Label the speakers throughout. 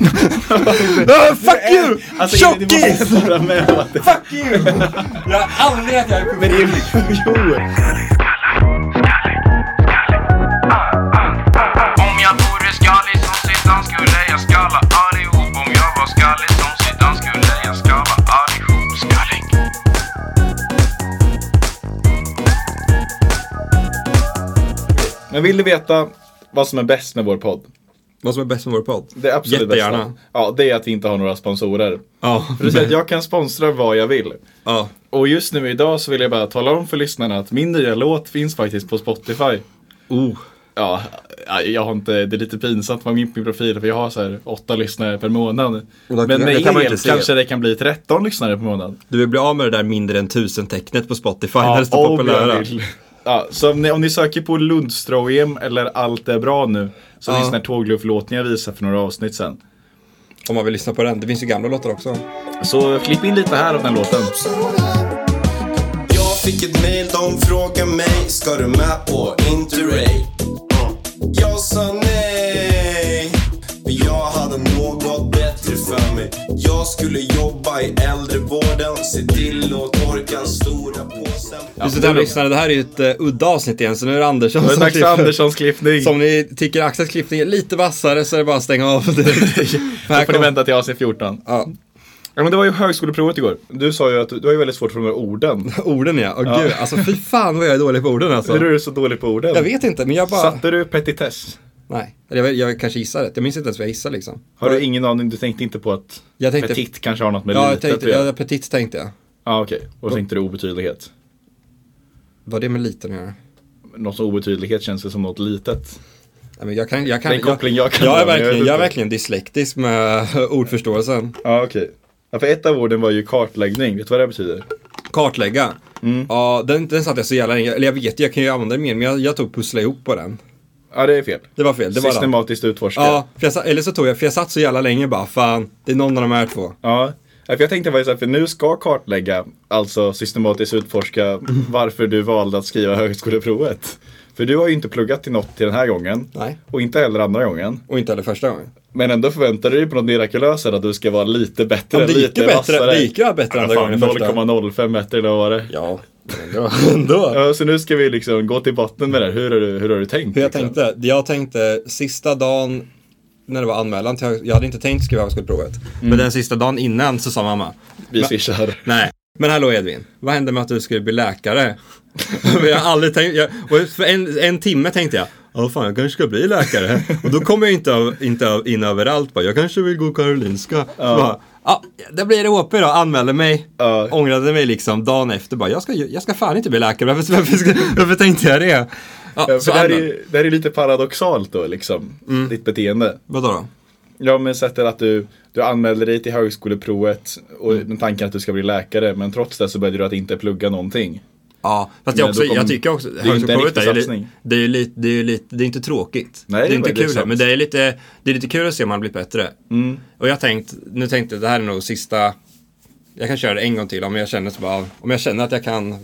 Speaker 1: Ah, fuck you!
Speaker 2: Alltså,
Speaker 1: Tjockis!
Speaker 2: Du måste vara med om att det...
Speaker 1: Fuck you! Jag har aldrig att jag är
Speaker 2: Men det är
Speaker 1: publik.
Speaker 2: ju... Jo!
Speaker 3: Om jag vore skallig som Zidane skulle jag skalla allihop Om jag var skallig som Zidane skulle jag skalla allihop Skallig
Speaker 2: Men vill du veta vad som är bäst med vår podd?
Speaker 1: Vad som är bäst med vår podd?
Speaker 2: Det är absolut
Speaker 1: Jättegärna.
Speaker 2: bästa. Ja, det är att vi inte har några sponsorer.
Speaker 1: Ja,
Speaker 2: För du säger att jag kan sponsra vad jag vill.
Speaker 1: ja.
Speaker 2: Och just nu idag så vill jag bara tala om för lyssnarna att min nya låt finns faktiskt på Spotify.
Speaker 1: Oh.
Speaker 2: Ja, jag har inte, det är lite pinsamt på min min profil för jag har så här åtta lyssnare per månad.
Speaker 1: då-
Speaker 2: Men med
Speaker 1: det kan man
Speaker 2: er
Speaker 1: inte se.
Speaker 2: kanske det kan bli 13 lyssnare per månad.
Speaker 1: Du vill bli av med det där mindre än tusen tecknet på Spotify när det står
Speaker 2: om jag
Speaker 1: populära.
Speaker 2: vill. Ja, så om ni, om ni söker på Lundström eller Allt är bra nu så
Speaker 1: Ja.
Speaker 2: finns den här tåglufflåten jag visade för några avsnitt sen.
Speaker 1: Om man vill lyssna på den. Det finns ju gamla låtar också.
Speaker 2: Så klipp in lite här av den låten.
Speaker 4: Jag fick ett mail, de frågar mig Ska du med på Interrail? Mm. Jag sa nej Men jag hade något bättre för mig Jag skulle jobba i äldrevården Se till att torka stora påsen
Speaker 1: Du sitter här och lyssnar. Det här är ju ett eh, udda avsnitt igen, så nu är det Andersson
Speaker 2: Det är dags för
Speaker 1: klipper.
Speaker 2: Anderssons klippning.
Speaker 1: Så om ni tycker Axels klippning är lite vassare så är det bara att stänga av direkt.
Speaker 2: Då
Speaker 1: Här
Speaker 2: får ni
Speaker 1: kom-
Speaker 2: vänta till avsnitt 14.
Speaker 1: Ja,
Speaker 2: Ja, men det var ju högskoleprovet igår. Du sa ju att du, du har ju väldigt svårt för de här orden.
Speaker 1: orden ja. Åh gud, alltså fy fan vad jag är dålig på orden alltså.
Speaker 2: Hur är du så dålig på orden?
Speaker 1: Jag vet inte, men jag bara...
Speaker 2: Satte du petitess?
Speaker 1: Nej, Eller jag, jag kanske gissar rätt. Jag minns inte ens vad jag gissade liksom.
Speaker 2: Har du ingen aning? Du tänkte inte på att
Speaker 1: Jag tänkte-
Speaker 2: petit kanske har något med
Speaker 1: Ja, jag
Speaker 2: litet
Speaker 1: tänkte,
Speaker 2: att göra?
Speaker 1: ja, petit tänkte jag.
Speaker 2: Ja, okej. Och så tänkte du obetydlighet.
Speaker 1: Vad det med liten att göra?
Speaker 2: Något som obetydlighet känns det som något litet.
Speaker 1: Nej, men jag kan, jag kan,
Speaker 2: Det är en koppling jag kan
Speaker 1: jag,
Speaker 2: dra, men
Speaker 1: är
Speaker 2: jag
Speaker 1: verkligen,
Speaker 2: vet
Speaker 1: jag är
Speaker 2: inte.
Speaker 1: verkligen dyslektisk med ordförståelsen.
Speaker 2: Ja, okej. Ja, för ett av orden var ju kartläggning. Vet du vad det betyder?
Speaker 1: Kartlägga.
Speaker 2: Mm.
Speaker 1: Ja, den, den satt jag så jävla länge. Eller jag vet, jag kan ju använda den mer, men jag, jag tog pussla ihop på den.
Speaker 2: Ja, det är fel.
Speaker 1: Det var fel, det var den.
Speaker 2: Systematiskt utforska.
Speaker 1: Ja, för jag, sa- eller så tog jag, för jag satt så jävla länge bara, fan, det är någon av de här två.
Speaker 2: Ja. Ja, För jag tänkte faktiskt att för nu ska kartlägga, alltså systematiskt utforska varför du valde att skriva högskoleprovet. För du har ju inte pluggat till något till den här gången.
Speaker 1: Nej.
Speaker 2: Och inte heller andra gången.
Speaker 1: Och inte heller första gången.
Speaker 2: Men ändå förväntar du dig på något mirakulöst här att du ska vara lite bättre.
Speaker 1: Ja, det gick ju
Speaker 2: lite
Speaker 1: bättre-
Speaker 2: vassare.
Speaker 1: det gick ju bättre
Speaker 2: Ja,
Speaker 1: andra
Speaker 2: fan,
Speaker 1: gången än första.
Speaker 2: 0,05 bättre eller vad var det?
Speaker 1: Ja, ändå. ändå.
Speaker 2: Ja, så nu ska vi liksom gå till botten med det här. Hur har du, hur har du tänkt?
Speaker 1: Hur jag
Speaker 2: liksom?
Speaker 1: tänkte? Jag tänkte sista dagen när det var anmälan, till, hög- jag hade inte tänkt skriva högskoleprovet.
Speaker 2: Mm.
Speaker 1: Men den sista dagen innan så sa mamma,
Speaker 2: Vi swishar.
Speaker 1: Nej. Men hallå Edvin, vad hände med att du skulle bli läkare? jag har aldrig tänkt, jag, och för en, en timme tänkte jag, ja fan jag kanske ska bli läkare. och då kommer jag inte, av, inte av, in överallt bara, jag kanske vill gå Karolinska. Ja. Så bara, ja, det blir det HP då, anmälde mig.
Speaker 2: Ja.
Speaker 1: Ångrade mig liksom dagen efter bara, jag ska, ju- jag ska fan inte bli läkare, varför, varför, ska, varför tänkte jag det? Ja,
Speaker 2: Ja, för
Speaker 1: så
Speaker 2: det, här är,
Speaker 1: anmäl-
Speaker 2: ju- det här är lite paradoxalt då liksom, ditt beteende.
Speaker 1: Vadå då?
Speaker 2: Ja men sättet att du, du anmälde dig till högskoleprovet och med tanken att du ska bli läkare men trots det så började du att inte plugga någonting.
Speaker 1: Ja, fast
Speaker 2: Men
Speaker 1: jag, också,
Speaker 2: då kom-
Speaker 1: jag tycker också,
Speaker 2: det är ju inte en
Speaker 1: högskoleprovet
Speaker 2: riktig
Speaker 1: är ju li-
Speaker 2: satsning.
Speaker 1: det är ju lite, det är ju lite, det är inte tråkigt.
Speaker 2: Nej,
Speaker 1: det
Speaker 2: det
Speaker 1: är inte
Speaker 2: var ju
Speaker 1: kul
Speaker 2: sant. Mm.
Speaker 1: här, men det är, lite, det är lite kul att se om man blir bättre. Och jag tänkt, nu tänkte jag det här är nog sista, jag kan köra det en gång till om jag känner, så bara, om jag känner att jag kan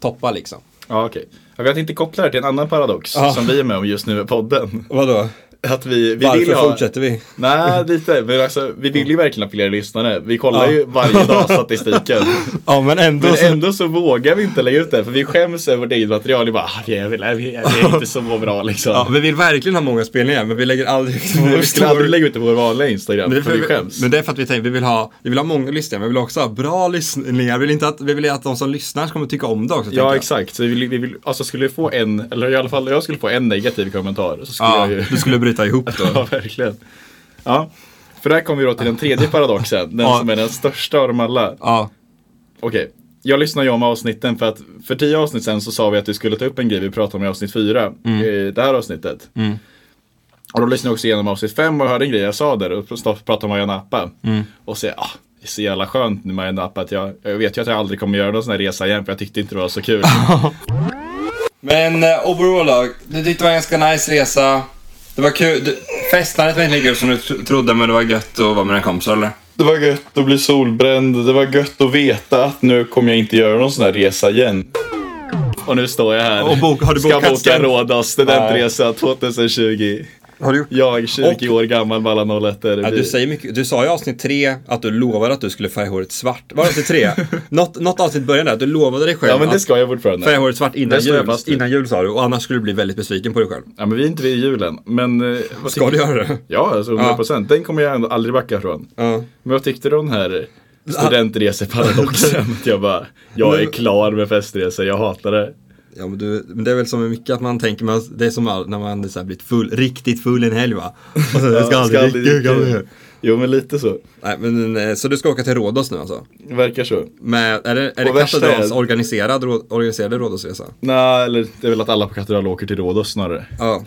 Speaker 1: toppa liksom.
Speaker 2: Ja okej. Ja, Jag tänkte koppla det här till en annan paradox
Speaker 1: Ja.
Speaker 2: som vi är med om just nu med podden.
Speaker 1: Vadå?
Speaker 2: Att vi, vi
Speaker 1: Varför
Speaker 2: vill ha...
Speaker 1: fortsätter vi?
Speaker 2: Nej lite, men alltså, vi vill ju verkligen appellera lyssnare. Vi kollar
Speaker 1: Ja.
Speaker 2: ju varje dag statistiken.
Speaker 1: Ja, men ändå.
Speaker 2: Men
Speaker 1: så-
Speaker 2: ändå så vågar vi inte lägga ut det för vi skäms över vårt eget material. Vi bara, "Ah, vi är, väl- vi är, vi är inte så bra liksom.
Speaker 1: Ja, vi vill verkligen ha många spelningar, men vi lägger aldrig ut vår
Speaker 2: Vi skulle aldrig
Speaker 1: story.
Speaker 2: lägga ut det på vår vanliga Instagram,
Speaker 1: Men det, är
Speaker 2: för vi
Speaker 1: för,
Speaker 2: skäms.
Speaker 1: men det är för att vi tänker, vi vill ha, vi vill ha många lyssningar, men vi vill också ha bra lyssningar. Vi vill, inte att, vi vill att de som lyssnar kommer tycka om det också. tänker
Speaker 2: Ja
Speaker 1: jag.
Speaker 2: exakt, så vi vill, vi vill, alltså skulle vi få en, eller i alla fall jag skulle få en negativ kommentar så skulle
Speaker 1: Ja,
Speaker 2: jag ju...
Speaker 1: du skulle bryta ihop då.
Speaker 2: ja verkligen. Ja, för där kommer vi då till den tredje paradoxen, den
Speaker 1: Ja.
Speaker 2: som är den största av dem alla.
Speaker 1: Ja,
Speaker 2: Okej, jag lyssnar ju om avsnitten för att för tio avsnitt sen så sa vi att vi skulle ta upp en grej vi pratade om i avsnitt fyra, i det här avsnittet. Och då lyssnade jag också igenom avsnitt fem och hörde en grej jag sa där och pr- pratade om Maja Napa. Och så, ah, det är så jävla skönt med Maja Napa att jag, jag vet ju att jag aldrig kommer göra någon sån här resa igen för jag tyckte inte det var så kul.
Speaker 1: Men eh, overall då, du tyckte det var en ganska nice resa. Det var kul. Du, festandet var inte lika kul som du tro- trodde, men det var gött att vara med dina kompisar eller?
Speaker 2: Det var gött att bli solbränd. Det var gött att veta att nu kommer jag inte göra någon sån här resa igen. Och nu står jag här.
Speaker 1: Och bok- har du
Speaker 2: Ska
Speaker 1: bokat
Speaker 2: boka
Speaker 1: student-
Speaker 2: Rhodos studentresa 2020.
Speaker 1: Har du gjort?
Speaker 2: Jag, 20 år gammal, med alla 01
Speaker 1: Ja, du, säger mycket, du sa i avsnitt tre att du lovade att du skulle färga håret svart. Var det avsnitt tre? något, något avsnitt började där, att du lovade dig själv
Speaker 2: Ja men det
Speaker 1: att
Speaker 2: ska jag fortfarande.
Speaker 1: färga håret svart innan
Speaker 2: Det står jag
Speaker 1: jul.
Speaker 2: fast vid.
Speaker 1: Innan jul sa du, och annars skulle du bli väldigt besviken på dig själv.
Speaker 2: Ja men vi är inte vid julen. Men eh, vad
Speaker 1: Ska
Speaker 2: tyck-
Speaker 1: du göra det?
Speaker 2: Ja, alltså 100 procent. Den kommer jag ändå aldrig backa ifrån.
Speaker 1: Ja.
Speaker 2: Men vad tyckte du om den här studentreseparadoxen? att jag bara, jag är klar med festresor, jag hatar det.
Speaker 1: Ja, men, du, men det är väl som med mycket att man tänker, man, det är som all, när man är så här blivit full, riktigt full en helg va? Och sen, jag ska aldrig dricka, jag kan aldrig-
Speaker 2: Jo men lite så.
Speaker 1: Nej, men, eh, Så du ska åka till Rhodos nu alltså?
Speaker 2: Verkar så.
Speaker 1: Med, är det, är det
Speaker 2: Och värsta
Speaker 1: Katedrals
Speaker 2: är-
Speaker 1: organiserad, rå- organiserade Rhodosresa?
Speaker 2: Nej, eller det är väl att alla på Katedral åker till Rhodos snarare.
Speaker 1: Ja.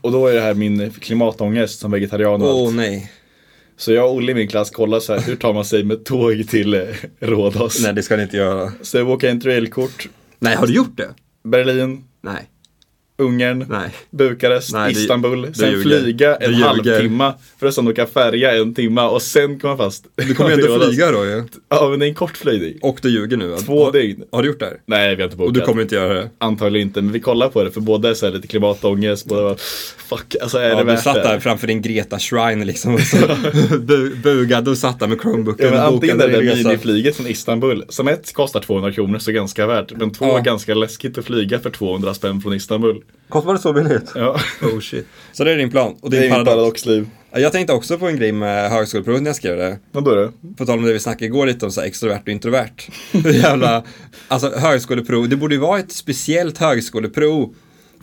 Speaker 2: Och då är det här min klimatångest som vegetarian och
Speaker 1: Åh
Speaker 2: allt.
Speaker 1: nej.
Speaker 2: Så jag och Olle i min klass kollar så här, hur tar man sig med tåg till eh, Rhodos?
Speaker 1: Nej, det ska ni inte göra.
Speaker 2: Så jag bokade interrailkort,
Speaker 1: Nej, har du gjort det?
Speaker 2: Berlin,
Speaker 1: Nej.
Speaker 2: Ungern,
Speaker 1: Nej.
Speaker 2: Bukarest,
Speaker 1: Nej, du-
Speaker 2: Istanbul,
Speaker 1: du
Speaker 2: sen
Speaker 1: ljuger.
Speaker 2: flyga en
Speaker 1: Du ljuger.
Speaker 2: halvtimme för att sen åka färja en timme och sen komma fast.
Speaker 1: Du kommer ju ändå flyga då ju.
Speaker 2: Ja, men det är en kort flygning.
Speaker 1: Och du ljuger nu. va?
Speaker 2: Två dygn.
Speaker 1: Har du gjort det? här?
Speaker 2: Nej, vi har inte bokat.
Speaker 1: Och du kommer inte göra det?
Speaker 2: Antagligen inte, men vi kollar på det för båda är så här lite klimatångest, båda bara fuck, alltså är
Speaker 1: Ja,
Speaker 2: det
Speaker 1: du
Speaker 2: värt
Speaker 1: satt där
Speaker 2: det?
Speaker 1: framför din Greta Shrine liksom och så bu bugade och satt där med Chromebooken
Speaker 2: Ja, men
Speaker 1: och
Speaker 2: antingen är
Speaker 1: bokade
Speaker 2: det
Speaker 1: din resa.
Speaker 2: miniflyget från Istanbul, som ett kostar 200 kronor så ganska värt, men två
Speaker 1: Ja.
Speaker 2: ganska läskigt att flyga för 200 spänn från Istanbul.
Speaker 1: Kostar det så billigt?
Speaker 2: Ja.
Speaker 1: Oh shit. Så det är din plan och din
Speaker 2: Det är mitt
Speaker 1: paradox.
Speaker 2: paradoxliv.
Speaker 1: Ja, Jag tänkte också på en grej med högskoleprovet när jag skrev det.
Speaker 2: Vad då?
Speaker 1: På tal om det vi snackade igår lite om så här extrovert och introvert. Hur jävla, alltså högskoleprov, det borde ju vara ett speciellt högskoleprov.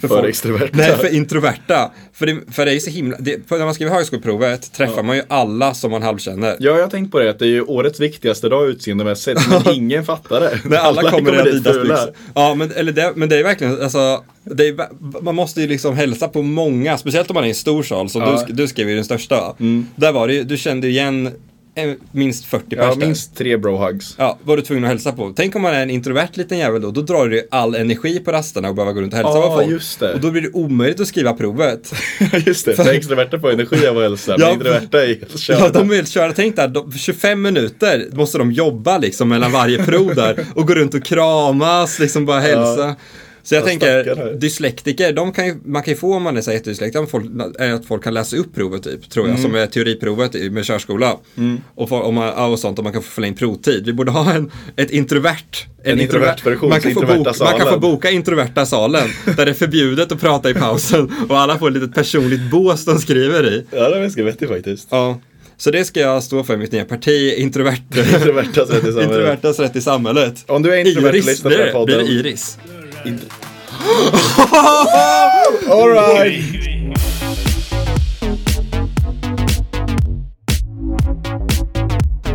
Speaker 2: För
Speaker 1: folk-
Speaker 2: extroverta.
Speaker 1: Nej, för introverta. För det, för det är ju så himla, det, för när man skriver högskoleprovet träffar man ju alla som man halvkänner.
Speaker 2: Ja, jag har tänkt på det, att det är ju årets viktigaste dag utseendemässigt, men ingen fattar det.
Speaker 1: När alla, kommer i
Speaker 2: dit
Speaker 1: Adidas
Speaker 2: fula.
Speaker 1: byxor. Ja, men, eller det, men det är verkligen, alltså, det är, ver- man måste ju liksom hälsa på många, speciellt om man är i en stor sal, som
Speaker 2: Ja. Mm.
Speaker 1: du, sk- du skrev ju den största. Där var det ju, du kände ju igen eh, minst 40
Speaker 2: Ja,
Speaker 1: pers där.
Speaker 2: minst tre brohugs.
Speaker 1: Ja, var du tvungen att hälsa på. Tänk om man är en introvert liten jävel då, då drar du ju all energi på rasterna och behöver gå runt och hälsa
Speaker 2: Ja,
Speaker 1: på folk.
Speaker 2: just det.
Speaker 1: Och då blir det omöjligt att skriva provet.
Speaker 2: Just det, för extroverta får energi av att hälsa,
Speaker 1: Ja,
Speaker 2: men introverta är helt
Speaker 1: Ja,
Speaker 2: körda.
Speaker 1: de vill köra, tänk där, de, 25 minuter måste de jobba liksom mellan varje prov där och gå runt och kramas, liksom bara hälsa. Så jag
Speaker 2: Ja,
Speaker 1: tänker,
Speaker 2: stackare.
Speaker 1: dyslektiker, de kan ju, man kan ju få om man är så här jättedyslektiker, om folk- är att folk kan läsa upp provet typ, tror jag,
Speaker 2: Mm.
Speaker 1: som är teoriprovet i- med körskola. Och, för, om man, ja, och sånt, om man kan få förlängd provtid. Vi borde ha en, ett introvert, en,
Speaker 2: introvert version
Speaker 1: man
Speaker 2: till
Speaker 1: kan, få
Speaker 2: introverta
Speaker 1: boka, man kan få
Speaker 2: salen.
Speaker 1: boka introverta salen, där det är förbjudet att prata i pausen och alla får ett litet personligt bås de skriver i.
Speaker 2: Ja, det var ganska vettigt faktiskt.
Speaker 1: Ja, så det ska jag stå för i mitt nya parti, introverter.
Speaker 2: Introverta så heter det
Speaker 1: Introvertas rätt i samhället.
Speaker 2: Om du är introvert och
Speaker 1: Iris,
Speaker 2: lyssnar på
Speaker 1: blir
Speaker 2: den
Speaker 1: det-
Speaker 2: här
Speaker 1: Blir
Speaker 2: podden.
Speaker 1: det Iris?
Speaker 2: Alright!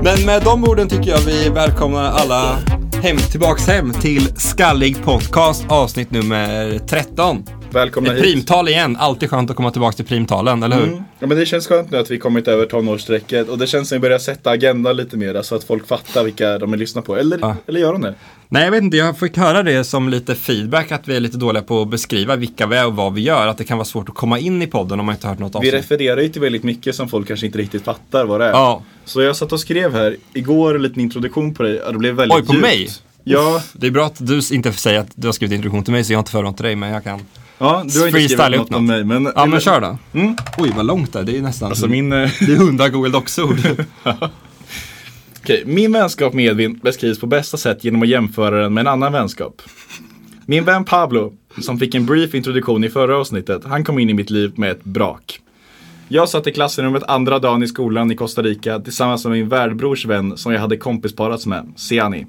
Speaker 1: Men med de orden tycker jag vi välkomnar alla hem, tillbaks hem till Skallig Podcast avsnitt nummer 13.
Speaker 2: Välkomna
Speaker 1: Ett
Speaker 2: hit. Mm.
Speaker 1: primtal igen, alltid skönt att komma tillbaks till primtalen, eller hur?
Speaker 2: Ja, men det känns skönt nu att vi kommit över tonårsstrecket och det känns som att vi börjar sätta agendan lite mer så att folk fattar vilka de vill lyssna på. Eller,
Speaker 1: Ja.
Speaker 2: eller gör de det?
Speaker 1: Nej, jag vet inte, jag fick höra det som lite feedback att vi är lite dåliga på att beskriva vilka vi är och vad vi gör. Att det kan vara svårt att komma in i podden om man inte hört något
Speaker 2: Vi
Speaker 1: avsnitt.
Speaker 2: refererar ju till väldigt mycket som folk kanske inte riktigt fattar vad det är.
Speaker 1: Ja.
Speaker 2: Så jag satt och skrev här igår en liten introduktion på dig och det blev väldigt
Speaker 1: Oj, på
Speaker 2: djupt.
Speaker 1: mig?
Speaker 2: Ja,
Speaker 1: Det är bra att du inte säger att du har skrivit introduktion till mig så jag har inte förberett till dig men jag kan
Speaker 2: ja du har inte skrivit
Speaker 1: freestyla
Speaker 2: något,
Speaker 1: upp något.
Speaker 2: om mig. Men,
Speaker 1: Ja men kör då. Oj vad långt det är, det är nästan
Speaker 2: Mm. Alltså min, eh,
Speaker 1: det är hundra Google Docs-ord.
Speaker 2: okej, min vänskap med Edvin beskrivs på bästa sätt genom att jämföra den med en annan vänskap. Min vän Pablo, som fick en brief introduktion i förra avsnittet, han kom in i mitt liv med ett brak. Jag satt i klassrummet andra dagen i skolan i Costa Rica tillsammans med min värdbrors vän som jag hade kompisparats med, Siani.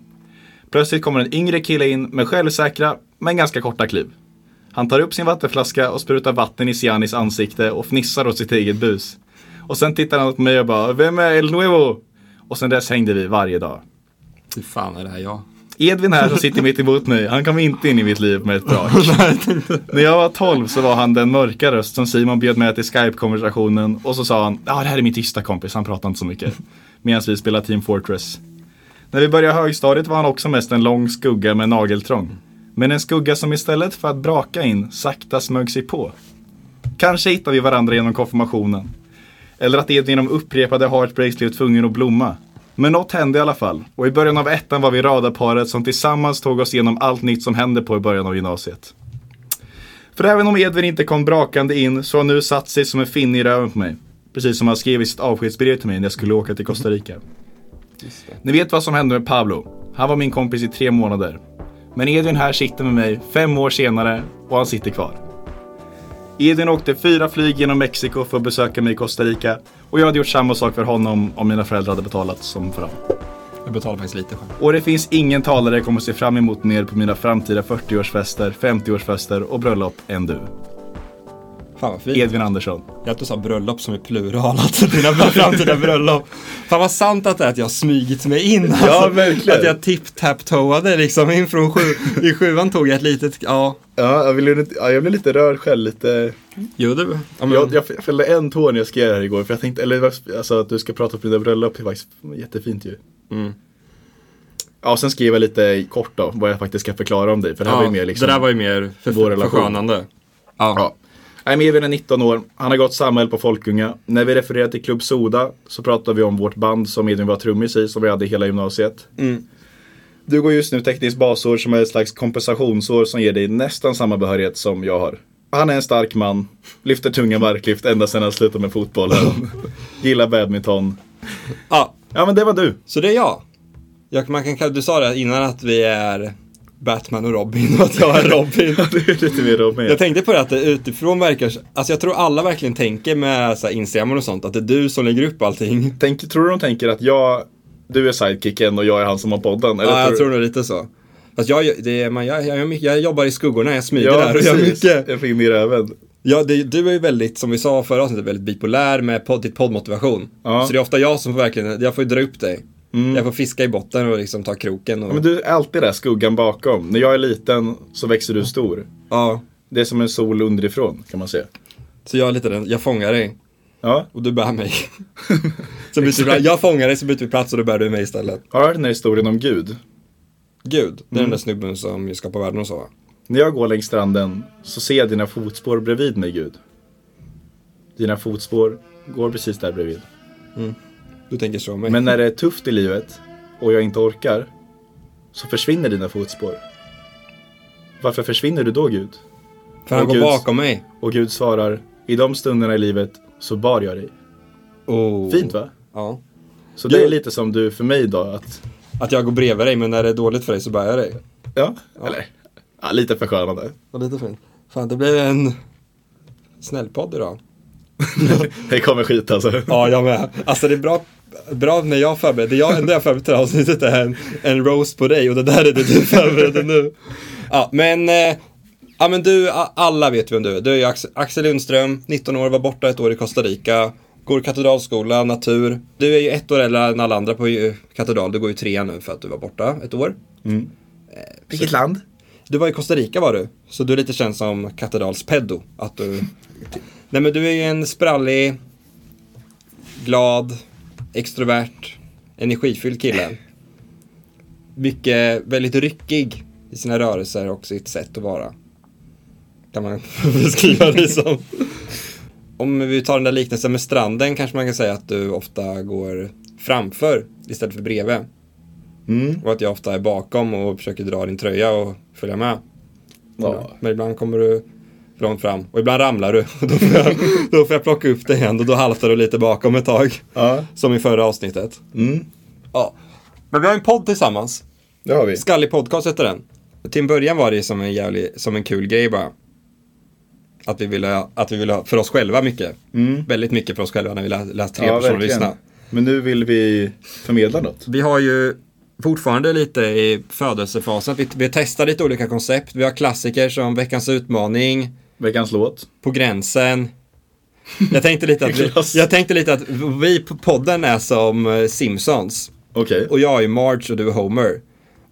Speaker 2: Plötsligt kommer en yngre kille in med självsäkra, men ganska korta kliv. Han tar upp sin vattenflaska och sprutar vatten i Sianis ansikte och fnissar åt sitt eget bus. Och sen tittar han på mig och bara “Vem är El Nuevo?” Och sen dess hängde vi varje dag.
Speaker 1: Fy fan är det här jag?
Speaker 2: Edvin här som sitter mitt emot mig, han kom inte in i mitt liv med ett brak. När jag var 12 så var han den mörka röst som Simon bjöd med till Skype-konversationen och så sa han “Ja, det här är min tysta kompis, han pratar inte så mycket”. Medan vi spelade Team Fortress. När vi började högstadiet var han också mest en lång skugga med nageltrång. Men en skugga som istället för att braka in sakta smög sig på. Kanske hittade vi varandra genom konfirmationen. Eller att Edvin genom upprepade heartbreaks blev tvungen att blomma. Men något hände i alla fall. Och i början av ettan var vi radarparet som tillsammans tog oss igenom allt nytt som händer på i början av gymnasiet. För även om Edvin inte kom brakande in så har han nu satt sig som en finne i röven på mig. Precis som han skrev i sitt avskedsbrev till mig när jag skulle åka till Costa Rica. Ni vet vad som hände med Pablo. Han var min kompis i tre månader. Men Edvin här sitter med mig fem år senare och han sitter kvar. Edvin åkte fyra flyg genom Mexiko för att besöka mig i Costa Rica och jag hade gjort samma sak för honom om mina föräldrar hade betalat som för honom.
Speaker 1: Jag betalar faktiskt lite själv.
Speaker 2: Och det finns ingen talare jag kommer se fram emot mer på mina framtida 40-årsfester, 50-årsfester och bröllop än du.
Speaker 1: Fan vad fint.
Speaker 2: Edvin Andersson.
Speaker 1: Jag att du sa bröllop som är plural, alltså dina framtida bröllop. Fan vad sant att det är att jag har smugit mig in. Alltså,
Speaker 2: verkligen.
Speaker 1: Att jag tipp-tap-toade liksom in från sju, i sjuan tog jag ett litet, ja.
Speaker 2: Ja, jag, vill, jag blev lite rörd själv. Lite...
Speaker 1: Jo du. Ja,
Speaker 5: Mm.
Speaker 1: men,
Speaker 2: Jag, jag fällde en tår när jag skrev det här igår. För jag tänkte, eller alltså, att du ska prata om dina bröllop det är faktiskt jättefint ju.
Speaker 5: Mm.
Speaker 2: Ja, och sen skrev jag lite kort då vad jag faktiskt ska förklara om dig. För det här var ju mer liksom...
Speaker 5: Det där var ju mer för,
Speaker 2: vår relation.
Speaker 5: förskönande.
Speaker 2: Ja. Nej, men Edvin är 19 år, han har gått samhälle på Folkunga. När vi refererar till Klubb Soda så pratar vi om vårt band som Edvin var trummis i, som vi hade i hela gymnasiet. Mm. Du går just nu tekniskt basår som är ett slags kompensationsår som ger dig nästan samma behörighet som jag har. Han är en stark man, lyfter tunga marklyft ända sedan han slutade med fotbollen. Gillar badminton.
Speaker 1: ja,
Speaker 2: Ja men det var du.
Speaker 1: så det är jag. jag man kan, du sa det innan att vi är Batman och Robin och att jag är Robin.
Speaker 2: Du är lite mer om
Speaker 1: Jag
Speaker 2: mig.
Speaker 1: tänkte på det att det utifrån verkar, alltså jag tror alla verkligen tänker med så här, Instagram och sånt att det är du som lägger upp allting.
Speaker 2: Tänk, tror du de tänker att jag, du är sidekicken och jag är han som har podden? Eller
Speaker 1: Ja, jag
Speaker 2: du-
Speaker 1: tror nog lite så. Fast jag, det är, man, jag, jag, gör mycket- jag jobbar i skuggorna, jag smyger
Speaker 2: Ja,
Speaker 1: där och gör
Speaker 2: precis.
Speaker 1: mycket.
Speaker 2: Jag fick in i röven.
Speaker 1: Ja, det, du är ju väldigt, som vi sa förra avsnittet, väldigt bipolär med podd, ditt poddmotivation.
Speaker 2: Ja. Mm.
Speaker 1: Så det är ofta jag som får verkligen, jag får ju dra upp dig. Jag får fiska i botten och liksom ta kroken. Och,
Speaker 2: Ja, Men du är alltid där skuggan bakom. När jag är liten så växer du stor.
Speaker 1: ja,
Speaker 2: Det är som en sol underifrån kan man säga.
Speaker 1: så jag är lite den, jag fångar dig
Speaker 2: Ja.
Speaker 1: och du bär mig. så byter vi, plats. jag fångar dig så byter vi plats och du bär du mig istället.
Speaker 2: Har du hört den här historien om Gud?
Speaker 1: Gud, det är
Speaker 2: Mm.
Speaker 1: den där snubben som ju skapar världen och så va?
Speaker 2: När jag går längs stranden så ser jag dina fotspår bredvid mig Gud. Dina fotspår går precis där bredvid.
Speaker 1: Du tänker så om mig.
Speaker 2: Men eh, när det är tufft i livet och jag inte orkar så försvinner dina fotspår. Varför försvinner du då Gud?
Speaker 1: För han
Speaker 2: Åh,
Speaker 1: går
Speaker 2: Gud.
Speaker 1: bakom mig.
Speaker 2: Och Gud svarar, i de stunderna i livet så bar jag dig.
Speaker 1: Oh.
Speaker 2: Fint va?
Speaker 1: Ja.
Speaker 2: Så det
Speaker 1: Jo.
Speaker 2: är lite som du för mig idag att
Speaker 1: Att jag går bredvid dig, men när det är dåligt för dig så bär jag dig.
Speaker 2: Ja, eller ja, lite förskönande.
Speaker 1: Vad lite fint. Fan, det blev en snällpodd idag.
Speaker 2: Det kommer skit alltså.
Speaker 1: Ja, jag med. Alltså det är bra, bra när jag förbereder. Det jag, enda jag förbereder till det här avsnittet är en, en roast på dig och det där är det du förbereder nu. Ja, men, eh, ja, men du, a- alla vet vem du är. Du är ju Axel, Axel Lundström, 19 år, var borta ett år i Costa Rica. Går katedralskola, natur. Du är ju ett år äldre än alla andra på eh, katedral. Du går ju trea nu för att du var borta ett år.
Speaker 2: Vilket land?
Speaker 1: Du var i Costa Rica var du, så du är lite känd som katedrals pedo. Att du... Nej men du är ju en sprallig, glad, extrovert, energifylld kille. Mycket, väldigt ryckig i sina rörelser och sitt sätt att vara. Kan man beskriva dig som. Om vi tar den där liknelsen med stranden kanske man kan säga att du ofta går framför istället för bredvid. Och att jag ofta är bakom och försöker dra din tröja och följa med.
Speaker 2: Ja.
Speaker 1: Men ibland kommer du för långt fram och ibland ramlar du. Och Då får jag, då får jag plocka upp dig igen och då haltar du lite bakom ett tag.
Speaker 2: Ja.
Speaker 1: Som i förra avsnittet.
Speaker 2: Mm.
Speaker 1: Ja. Men vi har en podd tillsammans.
Speaker 2: Det har vi.
Speaker 1: Skallig podcast heter den. Till en början var det som en, jävlig, som en kul grej bara. Att vi ville, att vi ville ha för oss själva mycket. Väldigt mycket för oss själva när vi lät, lät tre personer lyssna.
Speaker 2: Men nu vill vi förmedla något.
Speaker 1: Vi har ju fortfarande lite i födelsefasen. Vi, vi testar lite olika koncept. Vi har klassiker som Veckans utmaning,
Speaker 2: Veckans låt.
Speaker 1: På gränsen. Jag tänkte lite att vi,
Speaker 2: Klass.
Speaker 1: jag tänkte lite att vi på podden är som eh, Simpsons.
Speaker 2: Okej.
Speaker 1: Och jag är Marge och du är Homer.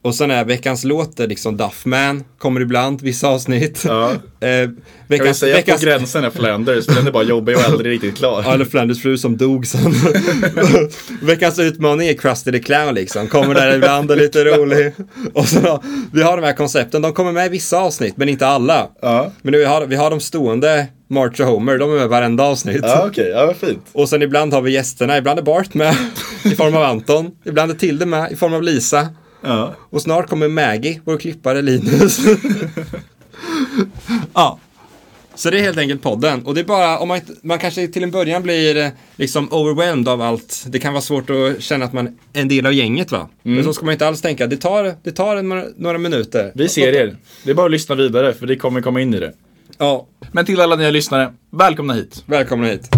Speaker 1: Och sen är veckans låt är liksom Duffman, kommer ibland, vissa avsnitt.
Speaker 2: Ja.
Speaker 1: Eh,
Speaker 2: Kan vi
Speaker 1: veckans,
Speaker 2: säga
Speaker 1: veckans,
Speaker 2: på gränsen är Flanders, men den är bara jobbig och aldrig riktigt klar.
Speaker 1: Ja, eller Flanders fru som dog sen. Veckans utmaning är Krusty the Clown liksom. Kommer där ibland och lite rolig. Och så, vi har de här koncepten. De kommer med i vissa avsnitt, men inte alla.
Speaker 2: Ja.
Speaker 1: Men vi har, vi har de stående, March och Homer, de är med i varenda avsnitt.
Speaker 2: Ja, okej. Ja, vad fint.
Speaker 1: Och sen ibland har vi gästerna. Ibland är Bart med i form av Anton. Ibland är Tilde med i form av Lisa.
Speaker 2: Ja.
Speaker 1: Och snart kommer Maggie, vår klippare Linus. ja. Så det är helt enkelt podden. Och det är bara, om man, inte- man kanske till en början blir eh, liksom overwhelmed av allt. Det kan vara svårt att känna att man är en del av gänget va. Men så ska man inte alls tänka. Det tar, det tar en, några minuter.
Speaker 2: Vi ser er. Det är bara att lyssna vidare för det kommer komma in i det.
Speaker 1: Ja,
Speaker 2: Men till alla nya lyssnare, välkomna hit.
Speaker 1: välkomna hit.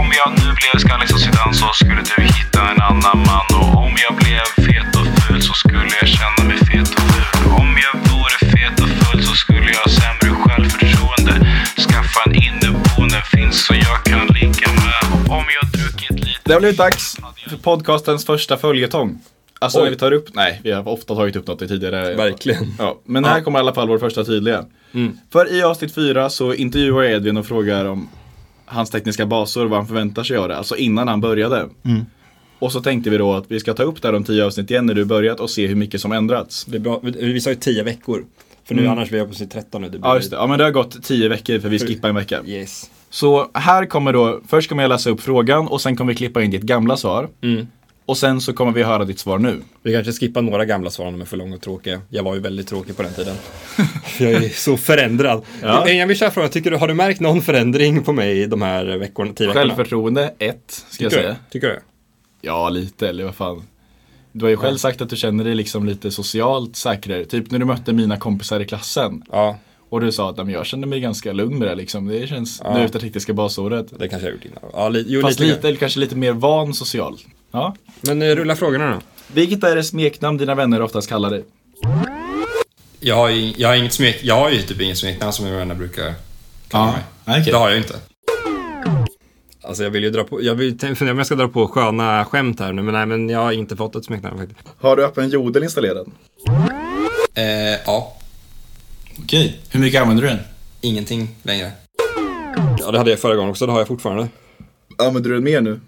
Speaker 3: Om jag nu blev skallig som Zidane så skulle du hitta en annan man Och om jag blev fet och ful så skulle jag känna mig fet och ful Om jag vore fet och ful så skulle jag ha sämre självförtroende Skaffa en inneboende finns så jag kan ligga med Och om jag druckit lite
Speaker 2: Det har blivit dags för podcastens första följetong. Alltså
Speaker 1: Oj.
Speaker 2: när vi tar upp, nej vi har ofta tagit upp något i tidigare.
Speaker 1: Verkligen. Mm.
Speaker 2: Ja, men här kommer i alla fall vår första tydliga. För i avsnitt fyra så intervjuar jag Edvin och frågar om hans tekniska basår, vad han förväntar sig av det, alltså innan han började.
Speaker 1: Mm.
Speaker 2: Och så tänkte vi då att vi ska ta upp det här om tio avsnitt igen när du börjat och se hur mycket som ändrats.
Speaker 1: Det är bra. Vi, vi sa ju tio veckor. För nu annars vi är på sin 13 nu. Mm. Det blir-
Speaker 2: Ja just det, ja men det har gått tio veckor för vi skippar en vecka.
Speaker 1: Yes.
Speaker 2: Så här kommer då, först kommer jag läsa upp frågan och sen kommer vi klippa in ditt gamla svar.
Speaker 1: Mm.
Speaker 2: Och sen så kommer vi höra ditt svar nu.
Speaker 1: Vi kanske skippar några gamla svar om de är för långa och tråkiga. Jag var ju väldigt tråkig på den tiden. Jag är så förändrad.
Speaker 2: Ja.
Speaker 1: Innan vi kör frågan, tycker du, har du märkt någon förändring på mig de här veckorna, tio veckorna?
Speaker 2: Självförtroende 1, ska jag
Speaker 1: Tycker du?
Speaker 2: säga.
Speaker 1: Tycker du?
Speaker 2: Ja, lite, eller vad fan. Du har ju själv sagt att du känner dig liksom lite socialt säkrare. Typ när du mötte mina kompisar i klassen.
Speaker 1: Ja,
Speaker 2: Och du sa att "Nej, men jag känner mig ganska lugn med det här, liksom. Det känns, nu efter tekniska basåret.
Speaker 1: det kanske jag gjort innan. Ja, li- jo,
Speaker 2: Fast
Speaker 1: lite,
Speaker 2: lite, eller kanske lite mer van social. Ja.
Speaker 1: Men eh, rulla frågorna då.
Speaker 2: Vilket är det smeknamn dina vänner oftast kallar dig?
Speaker 1: Jag har ju, jag har inget smek, jag har ju typ inget smeknamn som mina vänner brukar kalla mig.
Speaker 2: okej.
Speaker 1: Det har jag ju inte. Alltså jag vill ju dra på, jag vill tänk- fundera om jag ska dra på sköna skämt här nu, men nej men jag har inte fått ett smeknamn faktiskt.
Speaker 2: Har du öppen jodel installerad?
Speaker 1: Eh, ja.
Speaker 2: Okej, hur mycket använder du den?
Speaker 1: Ingenting längre. Ja, det hade jag förra gången också. Det har jag fortfarande.
Speaker 2: Använder du den mer nu?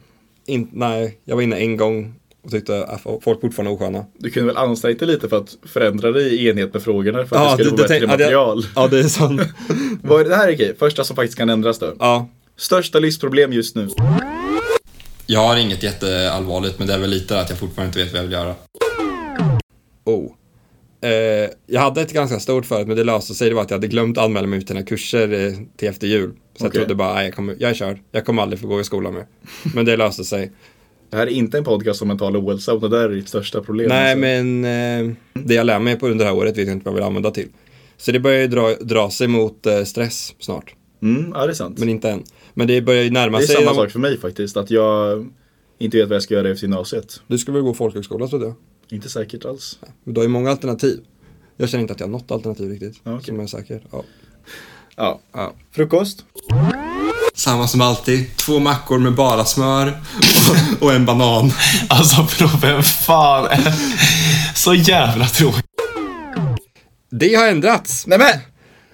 Speaker 1: In, nej, jag var inne en gång och tyckte att folk fortfarande är osköna.
Speaker 2: Du kunde väl anstränga dig lite för att förändra dig i enhet med frågorna för att det skulle få bättre
Speaker 1: ja, det-
Speaker 2: material.
Speaker 1: Ja, det är sant.
Speaker 2: Vad är det här okej? Första som faktiskt kan ändras då.
Speaker 1: ja.
Speaker 2: Största livsproblem just nu?
Speaker 1: Jag har inget jätteallvarligt, men det är väl lite att jag fortfarande inte vet vad jag vill göra. Oh. Eh, jag hade ett ganska stort förut, men det löste sig. Det var att jag hade glömt anmäla mig ut till mina kurser eh, till efter jul. Så jag
Speaker 2: Okej.
Speaker 1: trodde bara, nej, jag, kommer, jag är körd. Jag kommer aldrig få gå i skolan mer. Men det löste sig.
Speaker 2: Det här är inte en podcast om mental ohälsa och det där är ditt största problem.
Speaker 1: Nej,
Speaker 2: alltså.
Speaker 1: men eh, det jag lär mig på under det här året vet jag inte vad jag vill använda till. Så det börjar ju dra, dra sig mot eh, stress snart,
Speaker 2: Mm, ja, det är sant.
Speaker 1: men inte än. Men det börjar ju närma
Speaker 2: det är
Speaker 1: sig.
Speaker 2: samma
Speaker 1: de-
Speaker 2: sak för mig faktiskt. Att jag inte vet vad jag ska göra efter gymnasiet.
Speaker 1: Du ska väl gå folkhögskola trodde jag.
Speaker 2: Inte säkert alls.
Speaker 1: Men du har ju många alternativ. Jag känner inte att jag har något alternativ riktigt,
Speaker 2: Ja, okej.
Speaker 1: som är säker. Ja.
Speaker 2: Ja.
Speaker 1: Ja.
Speaker 2: Frukost?
Speaker 1: Samma som alltid, två mackor med bara smör och, en banan.
Speaker 6: Alltså proven, fan. Så jävla tråkigt.
Speaker 1: Det har ändrats!
Speaker 2: Nej men!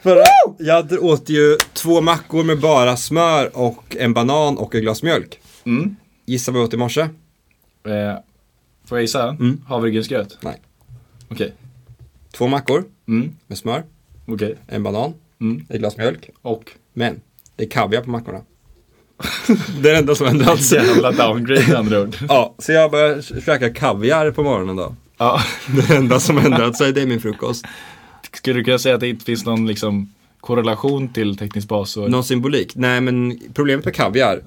Speaker 1: Förra, jag åt ju två mackor med bara smör och en banan och ett glas mjölk.
Speaker 2: Mm.
Speaker 1: Gissa vad jag åt i morse?
Speaker 2: Eh, får jag gissa? Havregrynsgröt?
Speaker 1: Nej.
Speaker 2: Okej.
Speaker 1: Två mackor
Speaker 2: Mm.
Speaker 1: med smör,
Speaker 2: Okej.
Speaker 1: en banan,
Speaker 2: Mm.
Speaker 1: ett glas mjölk.
Speaker 2: Och?
Speaker 1: Men det är kaviar på mackorna. det är det enda som ändrats.
Speaker 2: Jävla downgrade med andra ord.
Speaker 1: Ja, så jag börjar käka kaviar på morgonen då.
Speaker 2: ja.
Speaker 1: Det är det enda som ändrat sig, det är min frukost.
Speaker 2: Skulle du kunna säga att det inte finns någon liksom korrelation till teknisk basår?
Speaker 1: Någon symbolik? Nej, men problemet med kaviar.